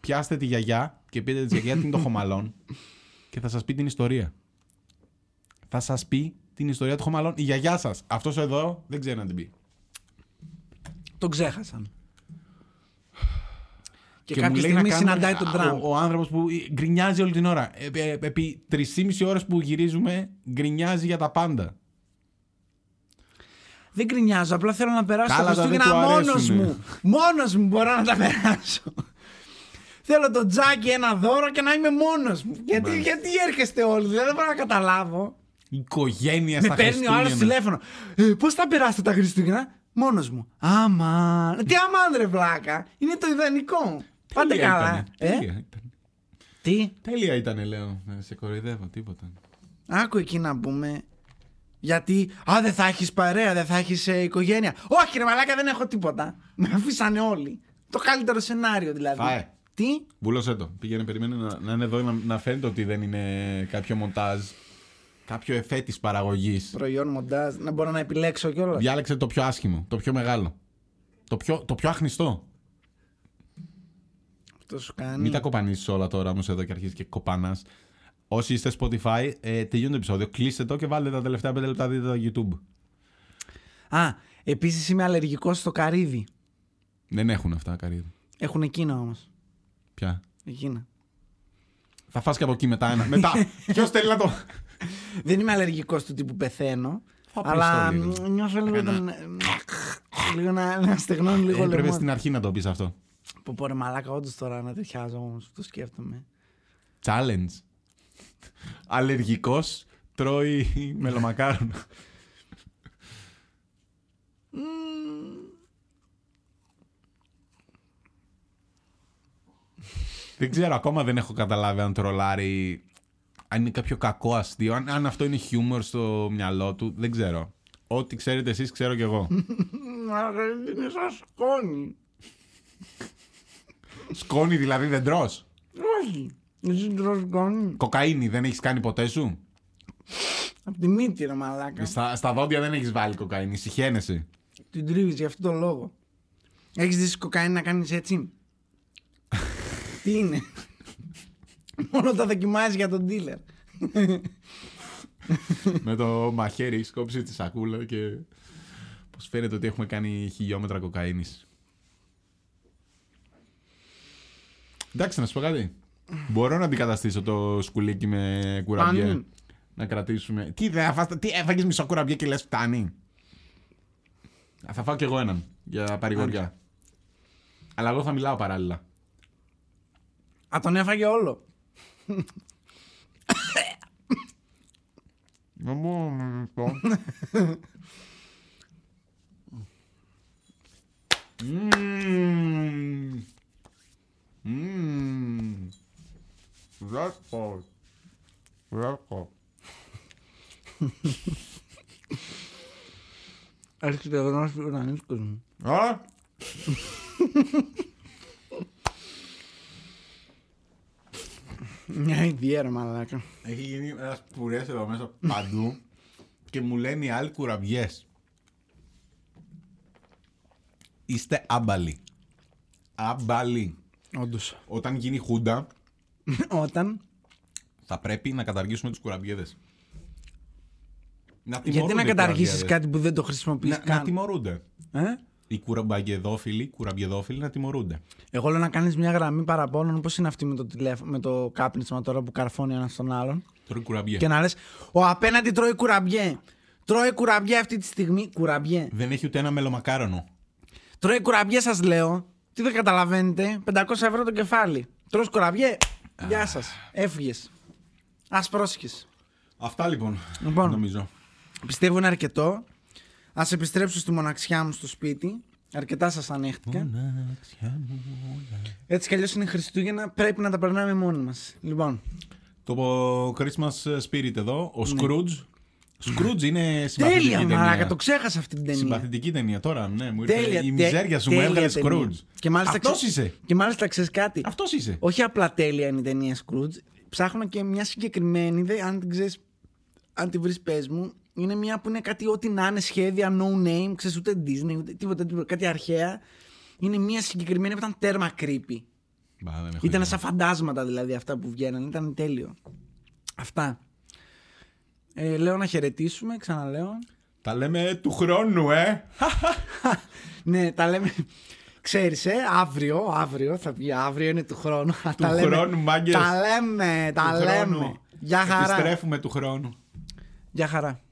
Πιάστε τη γιαγιά και πείτε της γιαγιά τι είναι το Home Alone και θα σας πει την ιστορία. Θα σας πει την ιστορία του Home Alone η γιαγιά σας. Αυτός εδώ δεν ξέρει να την πει.
Τον ξέχασαν. Και,
μου
κάποια
λέει να
στιγμή
κάνουμε-
συναντάει τον
α, Ο,
Τραμπ.
ο άνθρωπος που γκρινιάζει όλη την ώρα. Ε, ε, επί 3,5 ώρες που γυρίζουμε, γκρινιάζει για τα πάντα.
Δεν κρινιάζω, απλά θέλω να περάσω
Καλά,
τα
τα δεν
Χριστούγεννα
του
μόνος
αρέσουνε.
μου. Μόνος μου μπορώ να τα περάσω. θέλω τον Τζάκι ένα δώρο και να είμαι μόνος μου. Γιατί,
Μάλιστα.
γιατί έρχεστε όλοι, δηλαδή δεν μπορώ να καταλάβω.
Οικογένεια Ε,
Με
στα
παίρνει ο άλλος
Χριστούγεννα.
τηλέφωνο. Ε, Πώς θα περάσετε τα Χριστούγεννα, μόνος μου. Άμα. Τι άμα, ρε βλάκα. Είναι το ιδανικό. Πάτε
Τέλεια
καλά.
ήτανε,
Ε?
τέλεια ήτανε.
Τι.
Τέλεια ήταν, λέω. Ε, Σε κοροϊδεύω, τίποτα.
Άκου εκεί να πούμε. Γιατί, α, δεν θα έχεις παρέα, δεν θα έχεις οικογένεια. Όχι, ρε Μαλάκα, δεν έχω τίποτα. Με αφήσανε όλοι. Το καλύτερο σενάριο δηλαδή.
Φάε.
Τι.
Βούλωσέ το. Πήγαινε, περίμενε να, να είναι εδώ να, να φαίνεται ότι δεν είναι κάποιο μοντάζ. Κάποιο εφέ της παραγωγής.
Προϊόν μοντάζ, να μπορώ να επιλέξω κιόλας.
Διάλεξε το πιο άσχημο, το πιο μεγάλο. Το πιο, το πιο αχνηστό.
Αυτό σου κάνει.
Μην τα κοπανίσεις όλα τώρα όμως εδώ και αρχίζεις και κοπανά. Όσοι είστε Spotify, ε, τελειώνει το επεισόδιο. Κλείστε το και βάλτε τα τελευταία 5 λεπτά, δείτε τα YouTube.
Α, επίσης είμαι αλλεργικός στο καρύδι.
Δεν έχουν αυτά, καρύδι.
Έχουν εκείνα όμως.
Πια.
Εκείνα.
Θα φας και από εκεί μετά ένα. μετά. Ποιος θέλει να το.
Δεν είμαι αλλεργικός του τύπου πεθαίνω.
Θα πεις
αλλά
το λίγο.
μ, νιώθω λίγο. τον- ε, Λίγο να, να στεγνώνει λίγο
Έπρεπε
λαιμό.
Ε, στην αρχή να το πεις αυτό.
Πω πω ρε μαλάκα, όντως τώρα να τριχιάζω όμως, το σκέφτομαι.
Challenge. Αλλεργικός τρώει μελομακάρονα. δεν ξέρω, ακόμα δεν έχω καταλάβει αν τρολάρει. Αν είναι κάποιο κακό αστείο, αν, αν αυτό είναι χιούμορ στο μυαλό του, δεν ξέρω. Ό,τι ξέρετε εσείς ξέρω κι εγώ.
Μαλάκα, είναι σαν σκόνη.
Σκόνη δηλαδή δεν τρως.
Όχι. Δεν τρώω σκόνη.
Κοκαίνη δεν έχεις κάνει ποτέ σου.
Απ' τη μύτη ρε μαλάκα.
Στα, στα δόντια δεν έχεις βάλει κοκαίνη, συχαίνεσαι.
Την τρίβεις για αυτόν τον λόγο. Έχεις δει σκοκαΐνη να κάνεις έτσι. Τι είναι. Μόνο τα δοκιμάζεις για τον dealer.
με το μαχαίρι έχεις κόψει τη σακούλα και. Πώς φαίνεται ότι έχουμε κάνει χιλιόμετρα κοκαίνης. Εντάξει, να σου πω κάτι. Μπορώ να αντικαταστήσω το σκουλίκι με κουραμπιέ.
Πάνε.
Να κρατήσουμε. Τι, δε, αφάστα, τι έφαγες μισό κουραμπιέ και λες, φτάνει. Α, Θα φάω κι εγώ έναν για παρηγοριά. Αλλά εγώ θα μιλάω παράλληλα.
Α, τον έφαγε όλο.
Δεν μπορώ να Ρέκο. Ρέκο.
Έρχεται εδώ να σου πει να μου.
Α!
Μια ιδιαίτερη μαλάκα.
Έχει γίνει ένας πουρές εδώ μέσα παντού και μου λένε οι άλλοι κουραμπιές. Είστε άμπαλοι. Άμπαλοι.
Όντως.
Όταν γίνει χούντα,
Όταν.
θα πρέπει να καταργήσουμε τους κουραμπιέδες. Να
Γιατί
τιμωρούνται
να
οι
καταργήσεις
κουραμπιέδες.
κάτι που δεν το χρησιμοποιείς
Να, να
καν.
τιμωρούνται.
Ε?
Οι κουραμπαγεδόφιλοι, κουραμπιεδόφιλοι να τιμωρούνται.
Εγώ λέω να κάνεις μια γραμμή παραπάνω. Πώ είναι αυτή με το, τηλέφω- με το κάπνισμα τώρα που καρφώνει ένας τον άλλον.
Τώρα κουραμπιέ.
Και να λες: Ο απέναντι τρώει κουραμπιέ. Τρώει κουραμπιέ αυτή τη στιγμή. Κουραμπιέ.
Δεν έχει ούτε ένα μελομακάρονο.
Τρώει κουραμπιέ, σας λέω. Τι δεν καταλαβαίνετε. 500 ευρώ το κεφάλι. Τρώ κουραμπιέ. Γεια σας. Έφυγες. Ας πρόσχε.
Αυτά λοιπόν,
Λοιπόν.
νομίζω.
Πιστεύω είναι αρκετό. Ας επιστρέψω στη μοναξιά μου στο σπίτι. Αρκετά σας ανέχτηκα. Έτσι κι αλλιώς είναι Χριστούγεννα, πρέπει να τα περνάμε μόνοι μας. Λοιπόν.
Το Christmas Spirit εδώ, ο Scrooge. Scrooge είναι συμπαθητική
Ναι. Τέλεια,
ταινία.
μαλάκα, το ξέχασα αυτή την ταινία.
Συμπαθητική ταινία τώρα, ναι, μου ήρθε
Τέλεια,
η
τε-
μιζέρια σου μου
τέλεια
έβγαλε
ταινία.
Scrooge.
Και μάλιστα
Αυτός
ξε-
είσαι,
Και μάλιστα ξέρεις κάτι.
αυτός είσαι.
Όχι απλά τέλεια είναι η ταινία Scrooge. Ψάχνω και μια συγκεκριμένη, δε, αν την ξέρεις, αν τη βρεις, πες μου. Είναι μια που είναι κάτι ό,τι να είναι σχέδια, no name, ξέρεις ούτε Disney, ούτε τίποτα, τίποτα, κάτι αρχαία. Είναι μια συγκεκριμένη που ήταν τέρμα creepy.
Μπα, δεν έχω
Ήταν
ιδέα.
σαν φαντάσματα δηλαδή αυτά που βγαίνανε. Ήταν τέλειο. Αυτά. Ε, λέω να χαιρετήσουμε, ξαναλέω.
Τα λέμε του χρόνου, ε!
ναι, τα λέμε. Ξέρεις, ε, αύριο, αύριο θα βγει, αύριο είναι του χρόνου.
Του
τα λέμε,
χρόνου, μάγκες.
Τα λέμε, τα
Του
λέμε.
χρόνου.
Γεια χαρά.
Επιστρέφουμε του χρόνου.
Γεια χαρά.